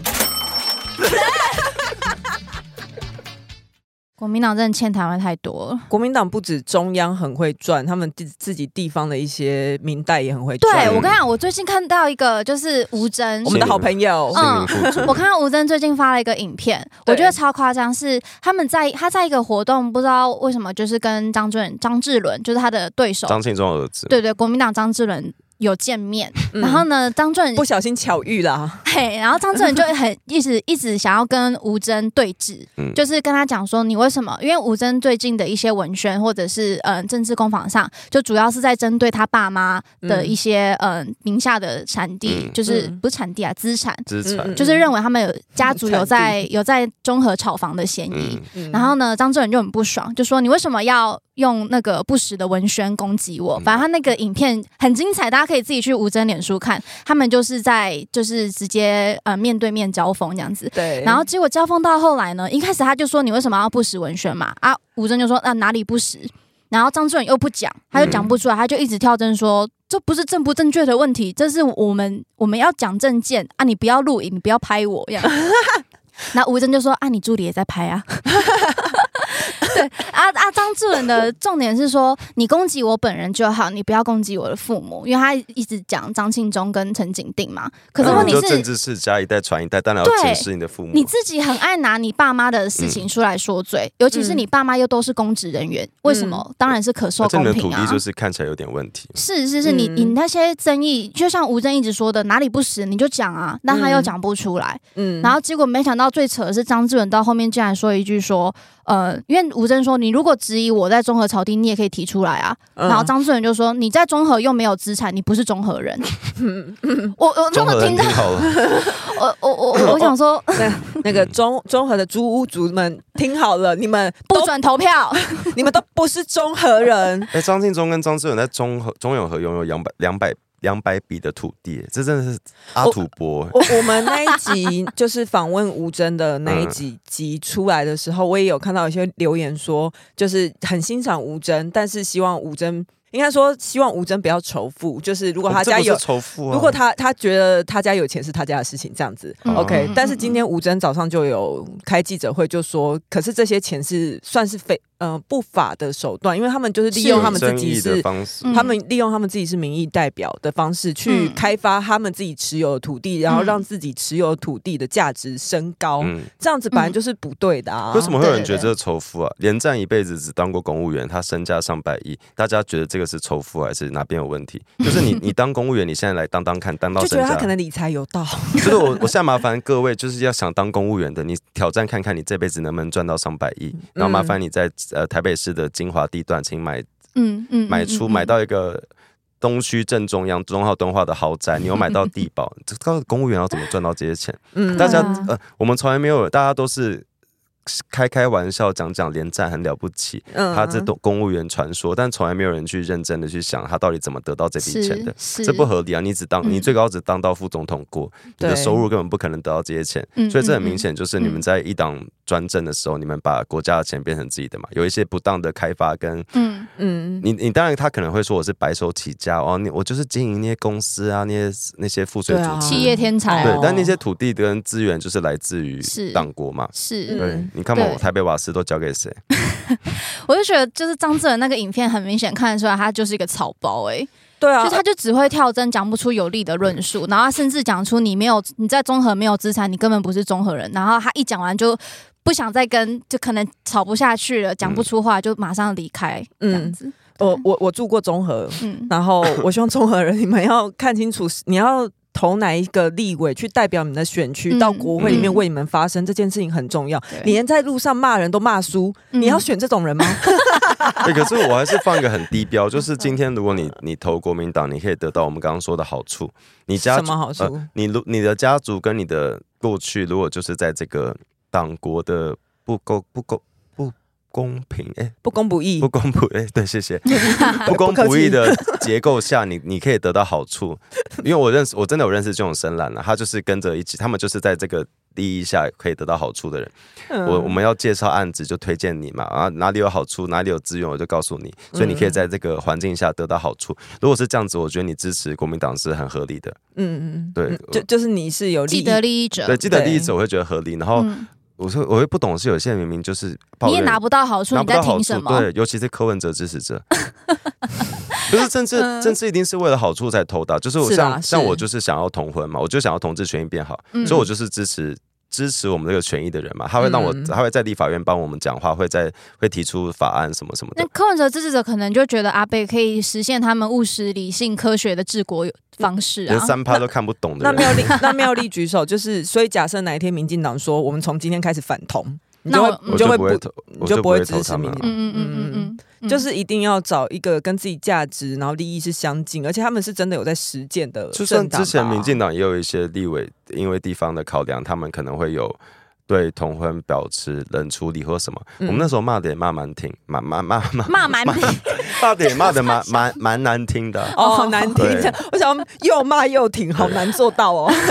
C: 国民党真的欠台湾太多了。
A: 国民党不止中央很会赚，他们自自己地方的一些民代也很会
C: 对
A: 赚。
C: 我跟你讲，我最近看到一个就是吴征
B: 哦
A: 我，们的好朋友
B: 心灵富 足，
C: 我看到吴征最近发了一个影片，
A: 对
C: 我觉得超夸张，是他们在他在一个活动，不知道为什么就是跟张志伦张志伦就是他的对手，
B: 张庆忠儿子，
C: 对对，国民党张志伦有见面，
A: 嗯
C: 然后呢，张志伦
A: 不小心巧遇啦，
C: 嘿，然后张志伦就很一直一直想要跟吴征对峙，
B: 嗯
C: 就是跟他讲说你为什么？因为吴征最近的一些文宣或者是嗯、呃政治攻防上，就主要是在针对他爸妈的
A: 嗯
C: 一些嗯、呃名下的产地，
B: 嗯
C: 就是、
A: 嗯
C: 不是产地啊资产，
B: 资产
A: 嗯。
C: 就是认为他们有家族有在
A: 产
C: 有在综合炒房的嫌疑。
B: 嗯，
A: 嗯
C: 然后呢，张志远就很不爽，就说你为什么要用那个不实的文宣攻击我？反正他那个影片很精彩，大家可以自己去吴真脸书看。他们就是在就是直接呃面对面交锋这样子。
A: 对，
C: 然后结果交锋到后来呢，一开始他就说你为什么要不实文宣嘛？啊，吴真就说啊哪里不实？然后张志远又不讲，他就讲不出来，他就一直跳针说这不是正不正确的问题，这是我们我们要讲证件啊，你不要录影，你不要拍我这样。 那吴真就说啊，你助理也在拍啊。 对啊啊！张志远的重点是说，你攻击我本人就好，你不要攻击我的父母，因为他一直讲张庆忠跟陈景定嘛。可是
B: 然后
C: 问题
B: 你
C: 是，
B: 就政治世家一代传一代，当然
C: 对
B: 要检视你的父母
C: 你。自己很爱拿你爸妈的事情出来说嘴，
B: 嗯
C: 尤其是你爸妈又都是公职人员，为什么？当然是可受
B: 而且
C: 公
B: 嗯你的土
C: 平
B: 地
C: 啊
B: 就。是看起来有点问题，
C: 是是是，你
A: 嗯
C: 你那些争议，就像吴正一直说的，哪里不实你就讲啊，但他又讲不出来，
A: 嗯
C: 然后结果没想到最扯的是张志远到后面竟然说一句说，呃，因为吴正说你如果质疑我在综合朝廷，你也可以提出来啊，
A: 嗯
C: 然后张志远就说你在综合又没有资产，你不是综 合人，我我那
B: 综合
C: 么
B: 人
C: 听到
B: 挺好了，
C: 我我我我想说
A: 那那个综综合的租屋族们听好了，你们
C: 不
A: 都
C: 准 投票。
A: 你们都不是综合人，
B: 哎，张庆忠跟张志远在中和中永和拥有两百两百两百笔的土地，这真的是阿土伯。欸
A: 我我们那一集就是访问吴真的那一集集出来的时候，我也有看到一些留言说，就是很欣赏吴真，但是希望吴真应该说希望吴真不要仇富，就是如果他家
B: 哦这不是
A: 有。
B: 仇富啊，
A: 如果他他觉得他家有钱是他家的事情，这样子、
C: 嗯
A: OK
C: 嗯。
A: 但是今天吴真早上就有开记者会，就说，可是这些钱是算是非呃不法的手段，因为他们就是利用
C: 是
A: 他们自
B: 争
A: 己
B: 议
A: 是
B: 的方式，
C: 嗯
A: 他们利用他们自己是民意代表的方式去
C: 嗯
A: 开发他们自己持有的土地，然后
C: 嗯
A: 让自己持有土地的价值升高，
B: 嗯，
A: 这样子本来就是不对的啊。
B: 为什么会有人觉得
C: 对对对
B: 这是仇富啊？连战一辈子只当过公务员，他身价上百亿，大家觉得这个是仇富还是哪边有问题？就是你你当公务员，你现在来当当看，当到
A: 就觉
B: 身
A: 得他
B: 价
A: 可。能理财有 道？
B: 就是我我现在麻烦各位，就是要想当公务员的，你挑战看看你这辈子能不能赚到上百亿，然后麻烦你在呃台北市的精华地段，请买
C: 嗯嗯嗯，
B: 买
C: 嗯
B: 出
C: 嗯
B: 买到一个。呃东区正中央中号东化的豪宅，你有买到地保， 这到底公务员要怎么赚到这些钱？
A: 嗯，
B: 大家、
C: 对啊
B: 呃，我们从来没有，大家都是开开玩笑讲讲连战很了不起，
A: 嗯
B: 他这都公务员传说，但从来没有人去认真的去想他到底怎么得到这笔钱的。
C: 是
B: 这不合理啊！你只当
C: 嗯
B: 你最高只当到副总统过，你的
A: 对
B: 收入根本不可能得到这些钱，
C: 嗯
B: 所以这很
C: 嗯
B: 明显就是你们在一党专政的时候，你们把国家的钱变成自己的嘛。有一些不当的开发跟
C: 嗯
A: 嗯
B: 你，你当然他可能会说我是白手起家哦，你我就是经营那些公司啊，那些那些赋税
A: 对
B: 组
A: 啊
B: 织，
C: 企业天才
B: 对
A: 哦，
B: 但那些土地跟资源就是来自于
C: 是
B: 党国嘛。
C: 是，
B: 对
A: 嗯，
B: 你看嘛，
C: 对
B: 我台北瓦斯都交给谁？
C: 我就觉得就是张智霖那个影片很明显看得出来，他就是一个草包哎、
A: 对啊
C: 就，他就只会跳针，讲不出有力的论述，然后他甚至讲出你没有你在综合没有资产，你根本不是综合人，然后他一讲完就不想再跟，就可能吵不下去了，讲不出话就马上离开
B: 嗯
C: 这样子，
A: 嗯我我我住过综合，
C: 嗯
A: 然后我希望综合人你们要看清楚，你要投哪一个立委去代表你们的选区到
C: 嗯
A: 国会里面
C: 嗯
A: 为你们发声，这件事情很重要。
C: 对
A: 你连在路上骂人都骂输，
C: 嗯
A: 你要选这种人 吗？
B: 哎、可是我还是放一个很低 标，就是今天如果你你投国民党，你可以得到我们刚刚说的好处，你家
A: 什
B: 族
A: 么好处？
B: 呃你如你的家族跟你的过去，如果就是在这个党国的不公不公不公平，哎、
A: 不公不义
B: 不。公不哎、对，谢谢，不公不义的结构下，你你可以得到好处，因为我认识我真的有认识这种深蓝了、他就是跟着一起，他们就是在这个利益下可以得到好处的人。
A: 嗯
B: 我我们要介绍案子就推荐你嘛，啊哪里有好处，哪里有资源我就告诉你，所以你
A: 嗯
B: 可以在这个环境下得到好处。如果是这样子，我觉得你支持国民党是很合理的。
A: 嗯嗯，
B: 对
A: 嗯就就是你是有利
C: 既
A: 益
C: 得利益者，
B: 对，既得利益
A: 对
B: 者我会觉得合理，然后
C: 嗯，
B: 我说我会不懂是有些人明明就是抱
C: 你也
B: 怨
C: 拿不到好处，
B: 拿
C: 你
B: 不
C: 在
B: 到好
C: 听
B: 处
C: 什，么？
B: 对，尤其是柯文哲支持者。 就是政治，政治一定是为了好处才投的啊。就是我
A: 是
B: 像
A: 啦
B: 像
A: 是
B: 我就是想要同婚嘛，我就想要同志权益变好，
C: 嗯
B: 所以我就是支持支持我们这个权益的人嘛。他会让我，
A: 嗯
B: 他会在立法院帮我们讲话，会在会提出法案什么什么
C: 那
B: 的。
C: 柯文哲支持者可能就觉得阿贝可以实现他们务实、理性、科学的治国方式
B: 连
C: 啊。
B: 三趴都看不懂的
A: 那妙
B: 人，
A: 丽，那妙丽举手，就是所以假设哪一天民进党说我们从今天开始反同，你就
C: 那
A: 会
C: 我
A: 你
B: 我就
A: 会
B: 不会投，
A: 你
B: 我就
A: 不
B: 不
A: 会
B: 会
A: 支
B: 投
A: 持
B: 他
A: 民
B: 们啊
A: 进
B: 了。
A: 党。
C: 嗯嗯嗯嗯嗯，
A: 就是一定要找一个跟自己价值，然后利益是相近，而且他们是真的有在实践的
B: 就
A: 政
B: 算
A: 党吧。
B: 之前民进党也有一些立委，因为地方的考量，他们可能会有对同婚保持冷处理或什么。
A: 嗯
B: 我们那时候骂的也骂蛮挺，骂骂骂骂
C: 骂蛮平，
B: 骂的也骂的蛮蛮蛮难听的。
A: 哦，好难听
B: 对，
A: 我想要又骂又挺，好难做到哦。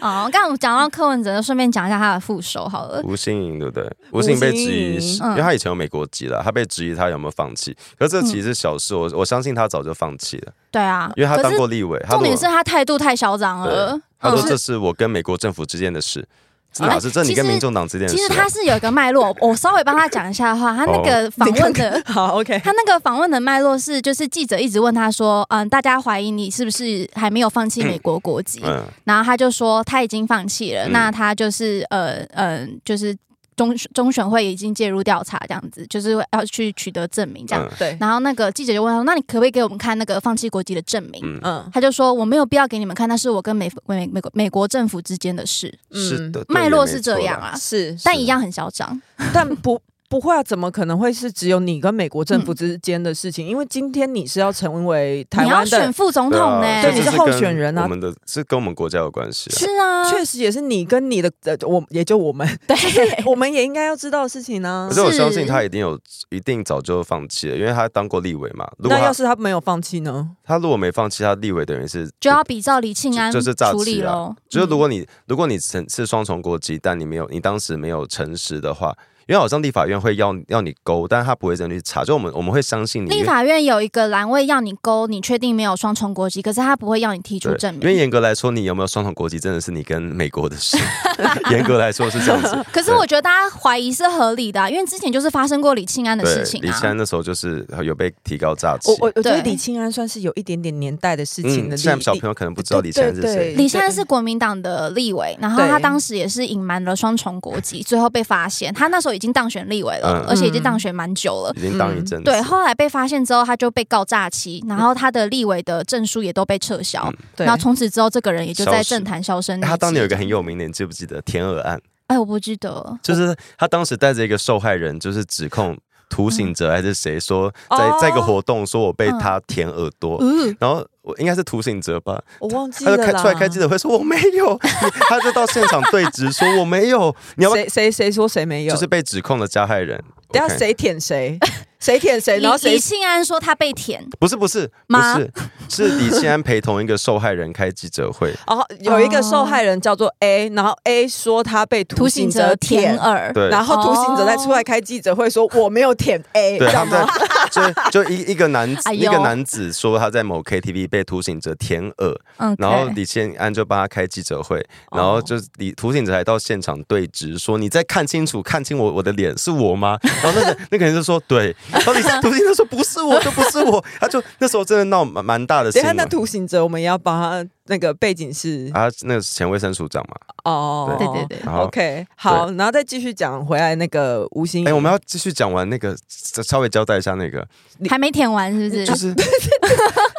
C: 哦，刚才我们讲到柯文哲，顺便讲一下他的副手好了。
B: 吴欣颖对不
C: 哦
B: 对？
A: 吴
B: 吴
A: 欣
B: 欣
A: 颖
B: 颖被质疑是，
C: 嗯
B: 因为他以前有美国籍了，他被质疑他有没有放弃。可是这其实是小事，我我相信他早就放弃了，
C: 对啊，
B: 因为他
C: 可
B: 当
C: 是
B: 过立委。他
C: 重点
B: 如
C: 是嗯
B: 果
C: 他态度太嚣张了。
B: 他说
C: 嗯
B: 这是我跟美国政府之间的事，这
C: 哎
B: 哪是这你
C: 其实
B: 跟民众党之间的
C: 其
B: 事
C: 实
B: 啊？哦
C: 他是有一个脉络，我稍微帮他讲一下的话，他那个访问的。
A: 好，OK，
C: 他那个访问的脉络是，就是记者一直问他说，嗯，大家怀疑你是不是还没有 放弃美国国籍？
B: 嗯，
C: 然后他就说他已经放弃了，
B: 嗯
C: 那他就是呃呃，就是中中选会已经介入调查，这样子，就是要去取得证明这样。
B: 嗯
A: 对，
C: 然后那个记者就问他说：“那你可不可以给我们看那个放弃国籍的证明？”
B: 嗯
A: 嗯，
C: 他就说：“我没有必要给你们看，那是我跟美美美国美国政府之间的事，
B: 嗯是的，对
C: 嗯脉络是这样。
B: 也没错啦
C: 啊，
A: 是，
C: 但一样很嚣张。
A: 但不不会啊，怎么可能会是只有你跟美国政府之间的事情？因为今天你是要成为台
C: 嗯你要
A: 湾
C: 选
A: 的，
C: 副总
B: 对
C: 统
B: 啊
C: 呢、
A: 对
B: 这
A: 你
B: 就是
A: 候选人啊
B: 跟我们的是跟我们国家有关系啊。
C: 是啊，
A: 确实也是你跟你的，呃，我也就我们，
C: 对，
A: 我们也应该要知道的事情啊呢
B: 可。是我相信
C: 是
B: 他一定有，一定早就放弃了，因为他当过立委嘛。如果
A: 那要
B: 他
A: 是他没有放弃呢？
B: 他如果没放弃，他立委等于是
C: 就要比照李庆安
B: 就就是诈
C: 处
B: 欺
C: 理
B: 啦
C: 喽。
B: 就是如
C: 嗯
B: 果你、如果你曾是双重国籍，但你没有你当时没有诚实的话，因为好像立法院会要要你勾，但是他不会真的去查，就我们我们会相信你。
C: 立法院有一个栏位要你勾，你确定没有双重国籍，可是他不会要你提
B: 对
C: 出证
B: 因为
C: 明。
B: 严格来说，你有没有双重国籍真的是你跟美国的事。 严格来说是这样子。
C: 可是我觉得大家怀疑是合理的啊、因为之前就是发生过李庆安的
B: 对
C: 事，情
B: 李
C: 啊。
B: 先安那时候就是有被提高诈欺
A: 我。我我觉得
C: 对
A: 李庆安算是有一点点年代的事情的历
B: 嗯，现在小
A: 历
B: 朋友可能不知道李先安是
A: 对对
B: 谁。
A: 对
C: 李现在是国民党的立委，然后
A: 对
C: 他当时也是隐瞒了双重国籍，最后被发现。他那时候已经当选立委了，
B: 嗯
C: 而且已经当选蛮久了。
B: 已经当一阵子，
C: 嗯对，后来被发现之后，他就被告诈欺，然后他的立委的证书也都被撤销，
A: 对
C: 然后从此之后，这个人也就
B: 嗯
C: 在
B: 消失
C: 政坛销声匿迹。
B: 哎他当年有一个很
C: 嗯
B: 有名的，你记不记得天鹅案？
C: 哎，我不记得了，
B: 就是他当时带着一个受害人，就是指控图行者还是谁说，
A: 嗯
B: 在
A: 哦
B: 在一个活动说我被他舔耳朵，
A: 嗯，
B: 然后我应该是图行者吧，
A: 我忘记
B: 他
A: 了
B: 就开
A: 啦
B: 出来开记者会说我没 有，他就到现场对质说我没有，你要不要？
A: 谁谁谁说谁没有？
B: 就是被指控的加害人，
A: 等下
B: OK
A: 谁舔谁，谁舔谁，
C: 李
A: 哎然后谁
C: 李庆安说他被舔，
B: 不是不是不
C: 妈
B: 是是李现安陪同一个受害人开记 者会，
A: 哦，有一个受害人叫做 A，然后 A 说他被
C: 图
A: 图
C: 形
A: 形
C: 哦者
A: 者
C: 舔
A: 舔，
C: 耳，哦
B: 对
A: 然后图形者再出来开记者会说我没有舔 A，
B: 对，
A: 知
B: 他
A: 道
B: 们
A: 吗？
B: 在就就一一个男子、
C: 哎呦
B: 一个男子说他在某 KTV 被图行者舔耳，
C: 嗯，
B: 然后
C: OK
B: 李现安就帮他开记者会，
A: 哦
B: 然后就是李涂行者还到现场对质说：“你再看清楚，看清我我的脸是我吗？”然后那个那个人就说：“对。”然后李涂行者说：“不是我，就不是我。”他就那时候真的闹蛮蛮大的
A: 等
B: 新
A: 一下那
B: 闻。
A: 图形者我们也要帮他那个背景是
B: 啊，那个是前卫生署长嘛，
A: 哦，
C: 对对对，
B: 然后。
A: OK，好，然后再继续讲回来那个吴昕，
B: 哎、我们要继续讲完那个，稍微交代一下那个，
A: 你
C: 还没舔完是不是？
B: 就是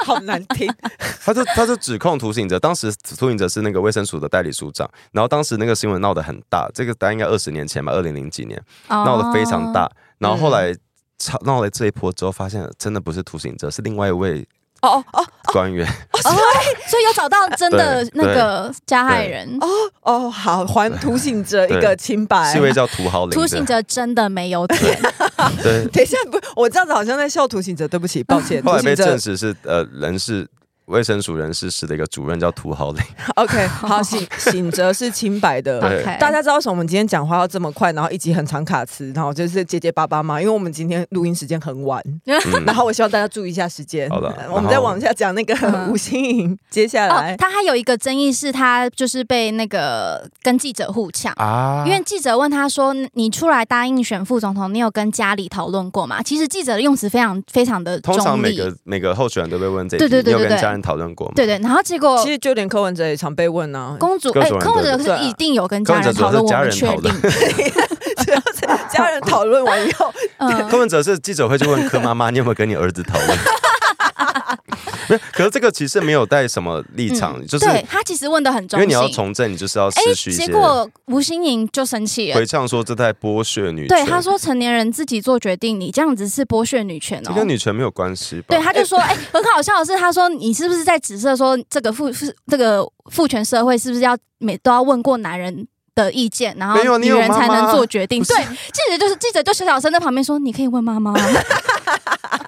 A: 好难听。
B: 他就他就指控涂行者，当时涂行者是那个卫生署的代理署长，然后当时那个新闻闹得很大，这个大概应该二十年前吧，二零零几年
C: 哦
B: 闹得非常
C: 嗯
B: 大，然后后来吵闹了这一波之后，发现真的不是涂行者，是另外一位
A: 哦哦
B: 官员，
C: 哦，所以有找到真的
B: 对
C: 那个加害人，哦
A: 哦，好，还涂醒着一个清白
C: 哎
B: 是一。位叫涂豪林
C: 涂行
B: 的，
C: 者真的没有舔，
B: 对，
A: 等一下，不，我这样子好像在笑涂醒者，对不起，抱歉。
B: 后
A: 涂
B: 来
A: 醒
B: 被证
A: 者
B: 实是呃人事卫生署人事室的一个主任叫涂 豪林，
A: ，OK，好，醒醒着是清白的。
B: 对
C: OK
A: 大家知道为什么我们今天讲话要这么快，然后一集很长卡词，然后就是结结巴巴吗？因为我们今天录音时间很晚，
B: 嗯
A: 然后我希望大家注意一下时间。
B: 好的
A: 呃
B: 然后
A: 我们再往下讲那个
C: 嗯
A: 五星营，接下来
C: 哦，他还有一个争议是，他就是被那个跟记者互呛。
B: 啊
C: 因为记者问他说：“你出来答应选副总统，你有跟家里讨论过吗？”其实记者的用词非常非常的中
B: 通
C: 立，
B: 常每个每个候选人都被问这一题，
C: 对对
B: 你
C: 对
B: 有
C: 对
B: 跟
C: 对
B: 家人讨论过吗？
C: 对对。然后结果
A: 其实就连柯文哲也常被问啊，
C: 哦公主
B: 各
C: 哎，
B: 种人
C: 柯文哲
A: 都有
C: 是一定有跟家人讨论，
B: 柯文哲主要是
C: 我
B: 家
C: 们
B: 人
C: 确定。
A: 只要是家人讨论完以后，
C: 嗯
B: 柯，文哲是记者会就问柯妈妈，你 有没有跟你儿子讨 论？没有，可是这个其实没有带什么立场，就是
C: 嗯对他其实问的很
B: 因
C: 中
B: 为
C: 性。
B: 你要从政，你就是要
C: 哎
B: 失，去一些
C: 结。果吴欣颖就生气了
B: 回。呛说这在剥削女权，
C: 对，他说成年人自己做决定，你这样子是剥削女权
B: 这
C: 哦。
B: 跟女权没有关系吧？
C: 对，他就说，哎、很好笑的是，他说你是不是在指涉说这个父父这个父权社会是不是要每都要问过男人的意见，然
B: 没有
C: 后
B: 你
C: 女
B: 有
C: 人
B: 妈
C: 才能
B: 妈啊
C: 做决定？
B: 不是
C: 对，记者就是记者就小小声在旁边说，你可以问妈妈啊。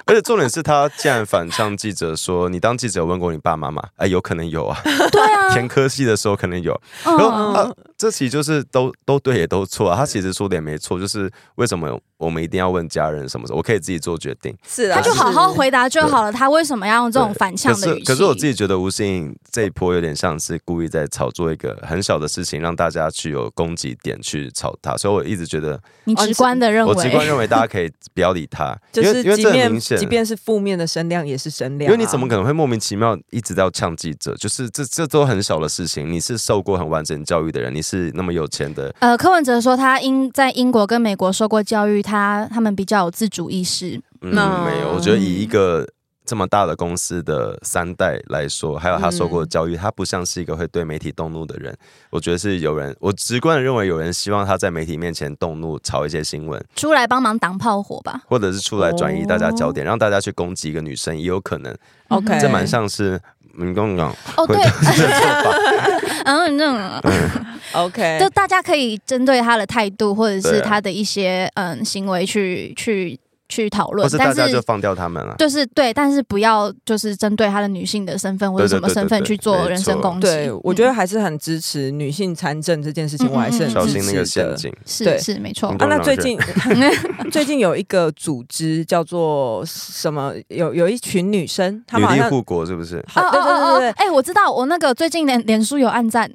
B: 而且重点是他竟然反向记者说，你当记者有问过你爸妈吗？哎，有可能有啊，
C: 对啊，
B: 填科系的时候可能有，
C: 嗯
B: 然后啊，这其实就是都都对也都错啊。他其实说的也没错，就是为什么我们一定要问家人什么时候？我可以自己做决定。
A: 是啊，
C: 他就好好回答就
B: 对
C: 好了，他为什么要用这种
B: 对
C: 反
B: 可
C: 向的
B: 是
C: 语气？
B: 可是我自己觉得吴欣颖这一波有点像是故意在炒作一个很小的事情，让大家去有攻击点去炒他，所以我一直 觉得
C: 你
A: 哦你是
C: 直观的认
B: 啊我直观
C: 为，
B: 认为大家可以不要理他，
A: 就
B: 因
A: 是
B: 为因为
A: 即
B: 这很
A: 便
B: 明显啊
A: 即。便啊是负面的声量也是声量、
B: 因为你怎么可？能会莫名其妙一直在呛记者？就是这这都很小的事情，你是受过很完整教育的人，你是那么有钱的，
C: 呃，柯文哲说他英在英国跟美国受过教育，他他们比较有自主意识。
B: 嗯，
A: 那
B: 没有，我觉得以一个这么大的公司的三代来说，还有他受过的教育，他不像是一个会对媒体动怒的人。我觉得是有人，我直观的认为有人希望他在媒体面前动怒，炒一些新闻，
C: 出来帮忙挡炮火吧。
B: 或者是出来转移
A: 哦哎
B: 大家焦点，让大家去攻击一个女生，也有可能。
A: OK，
B: 这蛮像是嗯民工讲
C: 嗯哦，对，
B: 这种吧，
C: 嗯，那种
A: OK，
C: 就大家可以针对他的态度或者
B: 对
C: 是
B: 啊
C: 他的一些嗯行为去去去讨
B: 或
C: 论
B: 是，大
C: 但
B: 家就是放掉他们了。
C: 就是对，但是不要就是针对他的女性的身份或者
B: 对对
C: 什么
B: 对对
C: 身份
B: 对
C: 去
B: 没
C: 做
B: 错
C: 人身攻击。
A: 对，我觉得
C: 嗯
A: 还是很支持女性参政这件事情，
C: 嗯
A: 我还是很
C: 嗯
B: 小
A: 支
B: 心那个
A: 持
B: 陷
A: 的。
B: 阱，
A: 对
C: 是是没错
B: 嗯。
A: 啊，那最近 最近有一个组织叫做什么？有有一群女生，她
B: 女
A: 们好
B: 力
A: 像
B: 护国是不是？
A: 好对对对对对，
C: 哎，我知道，我那个最近脸脸书有暗赞，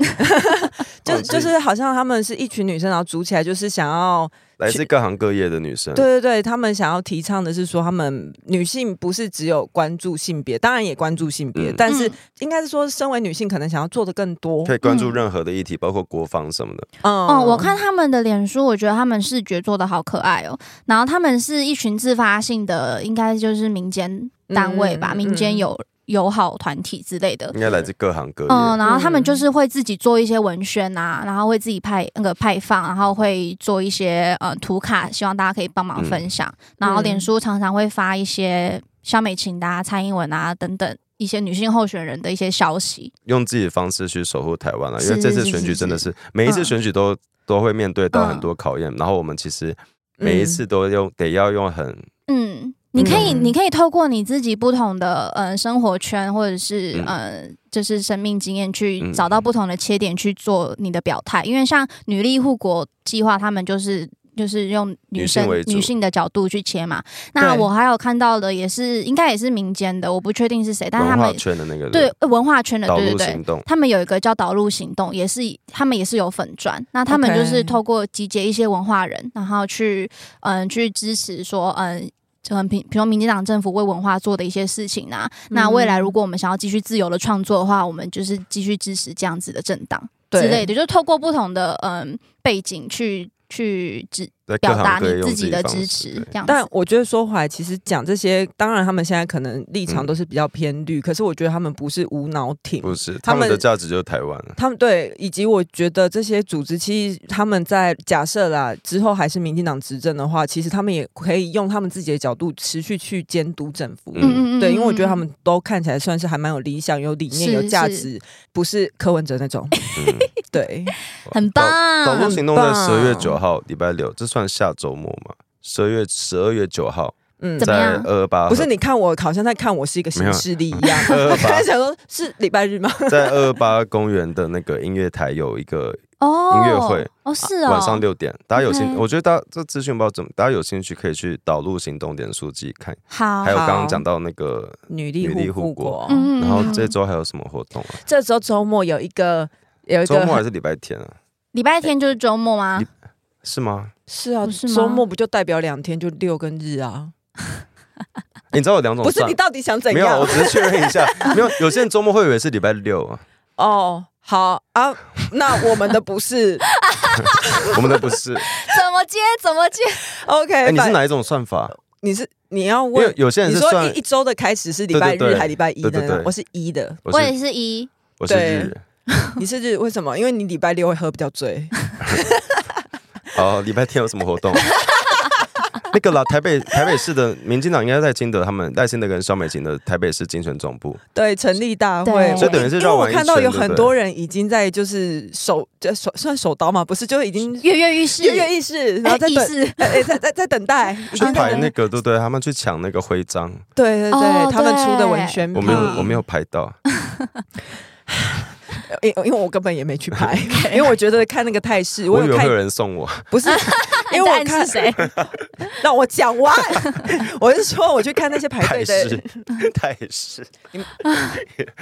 A: 就
B: 哦
A: 就是好像她们是一群女生，然后组起来，就是想要
B: 来自各行各业的女生，
A: 对对对，他们想要提倡的是说，他们女性不是只有关注性别，当然也关注性别，
B: 嗯
A: 但是
C: 嗯
A: 应该是说，身为女性可能想要做的更多。
B: 可以关注
C: 嗯
B: 任何的议题，包括国防什么的。
A: 嗯，
C: 哦，我看他们的脸书，我觉得他们视觉做的好可爱哦。然后他们是一群自发性的，应该就是民间单位吧，
A: 嗯
C: 民间
A: 嗯
C: 友友好团体之类的。
B: 应该来自各行各业。
C: 嗯，然后他们
A: 嗯
C: 就是会自己做一些文宣啊，然后会自己派那个派放，然后会做一些呃图卡，希望大家可以帮
A: 嗯
C: 忙分享。然后脸书常常会发一些肖美琴的、啊、蔡英文啊等等一些女性候选人的一些消息。
B: 用自己的方式去守护台湾了，因为
C: 是
B: 这次
C: 是
B: 选
C: 是
B: 举
C: 是
B: 真的是每一次
C: 嗯
B: 选举都、都会面对到很
C: 嗯
B: 多考验，然后我们其实每一次都用、得要用很
C: 嗯，你可以，
A: 嗯
C: 你可以透过你自己不同的呃生活圈，或者是
B: 嗯
C: 呃就是生命经验，去
B: 嗯
C: 找到不同的切点去做你的表态。因为像女力护国计划，他们就是。就是用女
B: 女性
C: 生
B: 为主
C: 女性的角度去切嘛。那
A: 对
C: 我还有看到的也是，应该也是民间的，我不确定是谁，但是他
B: 文化
C: 们
B: 圈的那个
C: 嗯对文化圈的，
B: 导
C: 对对
B: 入
C: 对
B: 行，动。
C: 他们有一个叫导入行动，也是他们也是有粉砖，那他们
A: OK
C: 就是透过集结一些文化人，然后去嗯去支持说嗯。就很平，比如民进党政府为文化做的一些事情啊，那未来如果我们想要继续自由的创作的话，我们就是继续支持呃这样子的政党之类的，就是透过不同的嗯背景去去支
B: 在各
C: 表
B: 行
C: 达
B: 各业
C: 你
B: 用
C: 自己的
B: 方
C: 支
B: 式
C: 持
B: 对，
C: 这样子。嗯
A: 但我觉得说回来，其实讲这些，当然他们现在可能立场都是比较偏绿，可是我觉得他们不是无脑挺，
B: 嗯不是
A: 他
B: 他们的
A: 们
B: 价值就是台湾啊 了。
A: 他们对，以及我觉得这些组织，其实他们在假设啦之后还是民进党执政的话，其实他们也可以用他们自己的角度持续去监督政府。
B: 嗯
A: 对，因为我觉得他们都看起来算是还蛮有理想、有理念、
C: 是
A: 有价
C: 是哎
A: 值，不是柯文哲那种。
B: 嗯，
A: 对，
C: 很
B: 早
C: 棒，
B: 早
A: 很
B: 路行动在
A: 棒
B: 十二月九号，礼拜六，这算下周末嘛？十二月十二月九号，
A: 嗯
C: 怎，么
B: 在
C: 样
B: 二二八
A: 不是你看我好像在看我是一个新 势力一样。
B: 有
A: 我刚才想说，是礼拜日吗？
B: 在二二八公园的那个音乐台有一个
C: 哦，
B: 音乐会
C: 哦，是哦，
B: 晚上六点，大家有兴，
C: OK
B: 我觉得大家这资讯不知道怎么，大家有兴趣可以去导入行动点书记看，
C: 好，
B: 还有刚
A: 好
B: 刚讲到那个，
A: 女力
B: 女力
A: 护
B: 护
A: 国
B: 国。
C: 嗯
B: 然后这
C: 嗯
B: 周还有什么活动哎啊？
A: 这周周末有一个有一
B: 周
A: 个
B: 末还
A: 很
B: 是礼拜天啊？
C: 礼拜天就是周末吗
B: 礼？是吗？
A: 是啊，
C: 不哦是吗
A: 周末不就代表两天，就六跟日啊？
B: 你知道有两种
A: 不是
B: 哦算
A: 你到底想怎
B: 没有，啊
A: 样
B: 我？只是确认一下， 没有。有些人周末会以为是礼拜六啊，
A: 哦，好啊，那我们的不 是
B: 我们的不是。
C: 怎么接？怎么接？
A: OK，、
B: 哎，你是
A: 反
B: 哪一种算法？
A: 你是你要
B: 因为
A: 问？
B: 有些人
A: 你
B: 是
A: 说
B: 算
A: 一一，周的开始是礼拜
B: 对对
A: 日
B: 对
A: 还礼拜一的
B: 对对
A: 那种
B: 对
A: 我是一的，
B: 我
C: 我也
B: 是
C: 是一，
B: 我是
A: 对
B: 日，
A: 你是日为什么？因为你礼拜六会喝比较醉。
B: 哦，礼拜天有什么活动？ 那个啦，台北台北市的民进党应该在金德，他们赖清德跟肖美琴的台北市竞选总部，
A: 对，成立大会，
C: 对
A: 我
C: 所以
B: 等于是
A: 因为
B: 绕
A: 我
B: 完一
A: 看到
B: 圈
A: 有
B: 对
A: 很
B: 不对
A: 多人已经在就是手这手算手刀嘛，不是，就已经
C: 跃跃欲试，
A: 跃跃欲试，然
C: 哎
A: 后在
C: 意
A: 等，
C: 识。
A: 哎、哎在在在等待，已
B: 去
A: 经
C: 啊
A: 在
B: 排
A: 等
B: 那个，对不对？他们去抢那个徽章，
A: 对对对，
C: 哦
A: 他们
C: 对
A: 出的文宣嗯
B: 我没有
C: 嗯
A: 品
B: 我没有排到，
A: 因因为我根本也没去拍， 因为我觉得看那个态势，
B: 我以
A: 有
B: 为会
A: 看
B: 有人送我，
A: 不 是，因为
C: 在
A: 我
C: 暗
A: 看
C: 示谁？
A: 让我讲完， 我是说我去看那些排
B: 台
A: 队的
B: 式， 台式，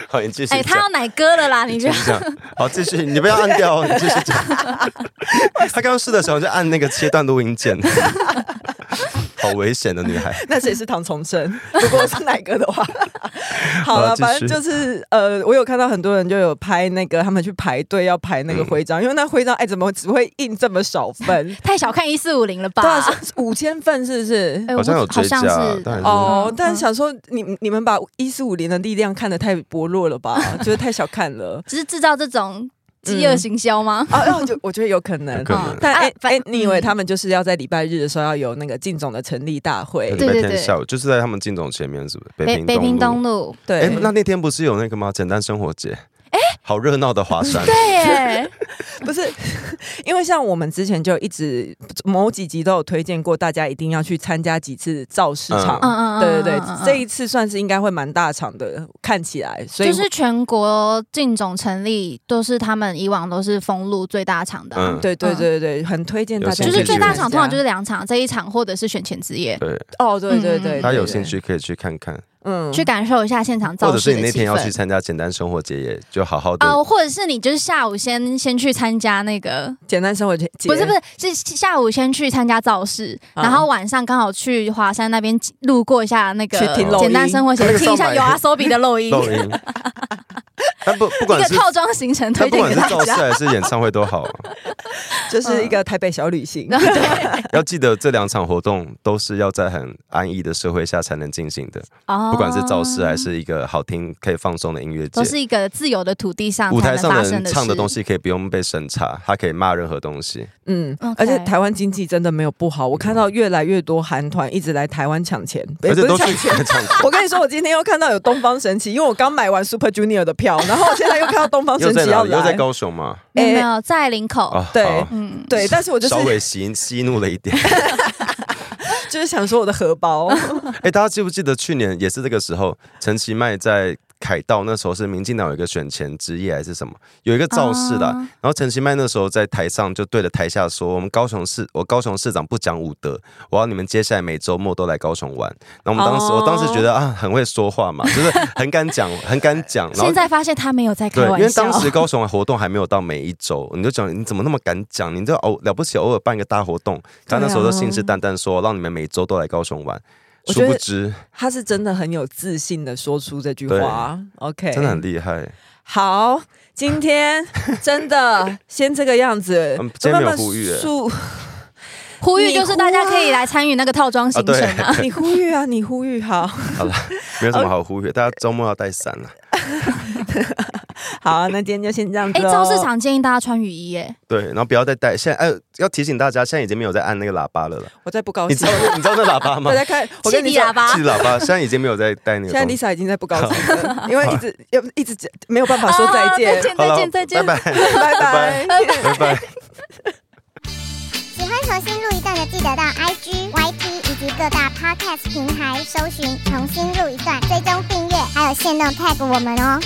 B: 好，你继续
C: 哎，他
B: 讲
C: 要。奶哥了啦！
B: 你
C: 你
B: 继
C: 就
B: 续讲，好，继续，你不要按掉哦，你继续讲。他刚刚试的时候就按那个切断录音键，好危险的女孩。
A: 那谁是唐崇盛？如果是奶哥的话， 好了，
B: 好继续
A: 反正就是呃，我有看到很多人就有拍那个他们去排队要排那
B: 嗯
A: 个徽章，因为那徽章哎、怎么只会印这么少份？
C: 太小看一四五零 了吧
A: 对？啊，五千份是不是？
C: 哎
B: 好像有追加
C: 好像是
B: 但还是
A: 哦，但
C: 嗯
A: 想说你你们把一四五零的力量看得太薄弱了吧？就是太小看 了。
C: 只是制造这种饥饿行销吗？
A: 啊，那我就我觉得有可能
B: 有。可能
C: 嗯
A: 但
C: 啊
A: 哎
C: 反
A: 哎，你以为
C: 嗯
A: 他们就是要在礼拜日的时候要有那个靳总的成立大会？
B: 礼
C: 对
B: 拜
C: 对
B: 天下午就是在他们进总前面，是不是？
C: 北
B: 平
C: 北平东
B: 路。
C: 路，
B: 哎
A: 对，，
B: 那那天不是有那个吗？简单生活节，哎，好热闹的华山。
C: 对耶，
A: 不是因为像我们之前就一直某几集都有推荐过，大家一定要去参加几次造市场。
C: 嗯嗯嗯，
A: 对对对
C: 嗯嗯，嗯
A: 这一次算是应该会蛮大场的，看起来。所以
C: 就是全国进总成立都是他们以往都是封路最大场的啊、
B: 嗯
A: 对对对对，很推荐大家去
B: 有
A: 参加。
B: 兴
C: 就是
B: 趣
C: 最大场通常就是两场，这一场或者是选前之夜，
B: 对，
A: 哦，对对对对，
B: 大家有
A: 对
B: 兴，趣可以去看看，
A: 嗯
C: 去感受一下现场
B: 或
C: 造
B: 者
C: 势
B: 是你
C: 的
B: 那
C: 气
B: 天要去
C: 氛。
B: 参加简单生活节，也就好好的。
C: 啊，或者是你就是下午先先去参加那个，
A: 简单生活节，
C: 不是不是，是下午先去参加造势，
A: 啊
C: 然后晚上刚好去华山那边路过一下那个
A: 去听漏音
C: 简单生活
B: 那
C: 节，
B: 个
C: 听
B: 上
C: 一下
B: 百
C: 有阿 Sobi 的漏音，
B: 抖音。但不不
C: 一
B: 管
C: 个
B: 是
C: 套装行程
B: 但
C: 推
B: 不
C: 荐
B: 管
C: 给
B: 是
C: 大
B: 造势
C: 家。
B: 还是演唱会都好 啊，
A: 就是一个台北小旅行。
C: 嗯然后对
B: 要记得这两场活动都是要在很安逸的社会下才能进行的，
C: 哦
B: 啊 不管是造势还是一个好听可以放松的音乐节
C: 都。是一个自由的土地上
B: 舞
C: 才
B: 台
C: 能
B: 上
C: 发
B: 的
C: 生
B: 人
C: 的
B: 唱的
C: 事
B: 东西可以不用被审查，他可以骂任何东西。
A: 嗯
C: OK
A: 而且台湾经济真的没有不好，我看到越来越多韩团一直来台湾抢钱，不
B: 而
A: 是
B: 且都
A: 抢
B: 是
A: 钱。
B: 这 样子
A: 我跟你说，我今天又看到有东方神起，因为我刚买完 Super Junior 的票，然后我现在又看到东方
B: 又
A: 神
B: 在
A: 起
B: 哪
A: 要
B: 里？又在
A: 来，
B: 高雄嘛？
C: 没有没
A: 哎
C: 有在林口，
B: 啊，
A: 对
B: 好
C: 嗯，
A: 对，但是我就是
B: 稍微息息怒了一点。
A: 就是想说我的荷包，
B: 哎，大家记不记得去年也是这个时候，陈其迈在凯道那时候是民进党有一个选前之夜还是什么，有一个造势的啊、
C: 啊
B: 然后陈其迈那时候在台上就对着台下说：“我们高雄市，我高雄市长不讲武德，我要你们接下来每周末都来高雄玩。”那我们当时，
A: 哦
B: 我当时觉得啊，很会说话嘛，就是很敢讲，很敢讲。然后
C: 现在发现他没有在开
B: 对，因
C: 玩
B: 为
C: 笑
B: 当，时高雄的活动还没有到每一周，你就讲你怎么那么敢讲？你这偶了不起，偶尔办个大活动，他那时候
A: 对啊
B: 就信誓旦旦说让你们每周都来高雄玩。
A: 我
B: 殊
A: 觉
B: 不
A: 得
B: 知，
A: 他是真的很有自信的说出这句话。OK，
B: 真的很厉 害。
A: 好，今天真的先这个样子
B: 嗯，
A: 就
B: 今天没
A: 慢
B: 有
A: 慢
B: 呼吁欸
A: 速
C: 呼吁就是大家可以来参与那个套装行程啊。
A: 你呼吁啊，你呼吁好，
B: 没有什么好
C: 哦
B: 呼吁，大家周末要带伞啊了。
A: 好啊，那今天就先这样子
C: 哎，
A: 咯。
C: 超市场建议大家穿雨衣耶，
B: 对，然后不要再带。现在哎、要提醒大家，现在已经没有在按那个喇叭了啦。
A: 我在不
C: 哦
A: 高
B: 你知
A: 兴
B: 道，你知道那喇叭吗
A: 我？在看，我
C: 汽
A: 跟你
C: 笛
A: 讲
C: 喇。叭
B: 气。喇叭，现在已经没有在带那个
A: 现在
B: 东西。
A: Lisa 已经在不高兴 了，因为一直要一直没有办法说再见
C: 啊再，见
B: 好
C: 再
B: 了
C: 见，再见，
B: 拜拜。
A: 拜
B: 拜
A: 拜。
B: 拜拜。
D: 喜欢重新录一段的，记得到 IG、YT 以及各大 Podcast 平台搜寻“重新录一段”，追踪订阅，还有限定 tag 我们哦。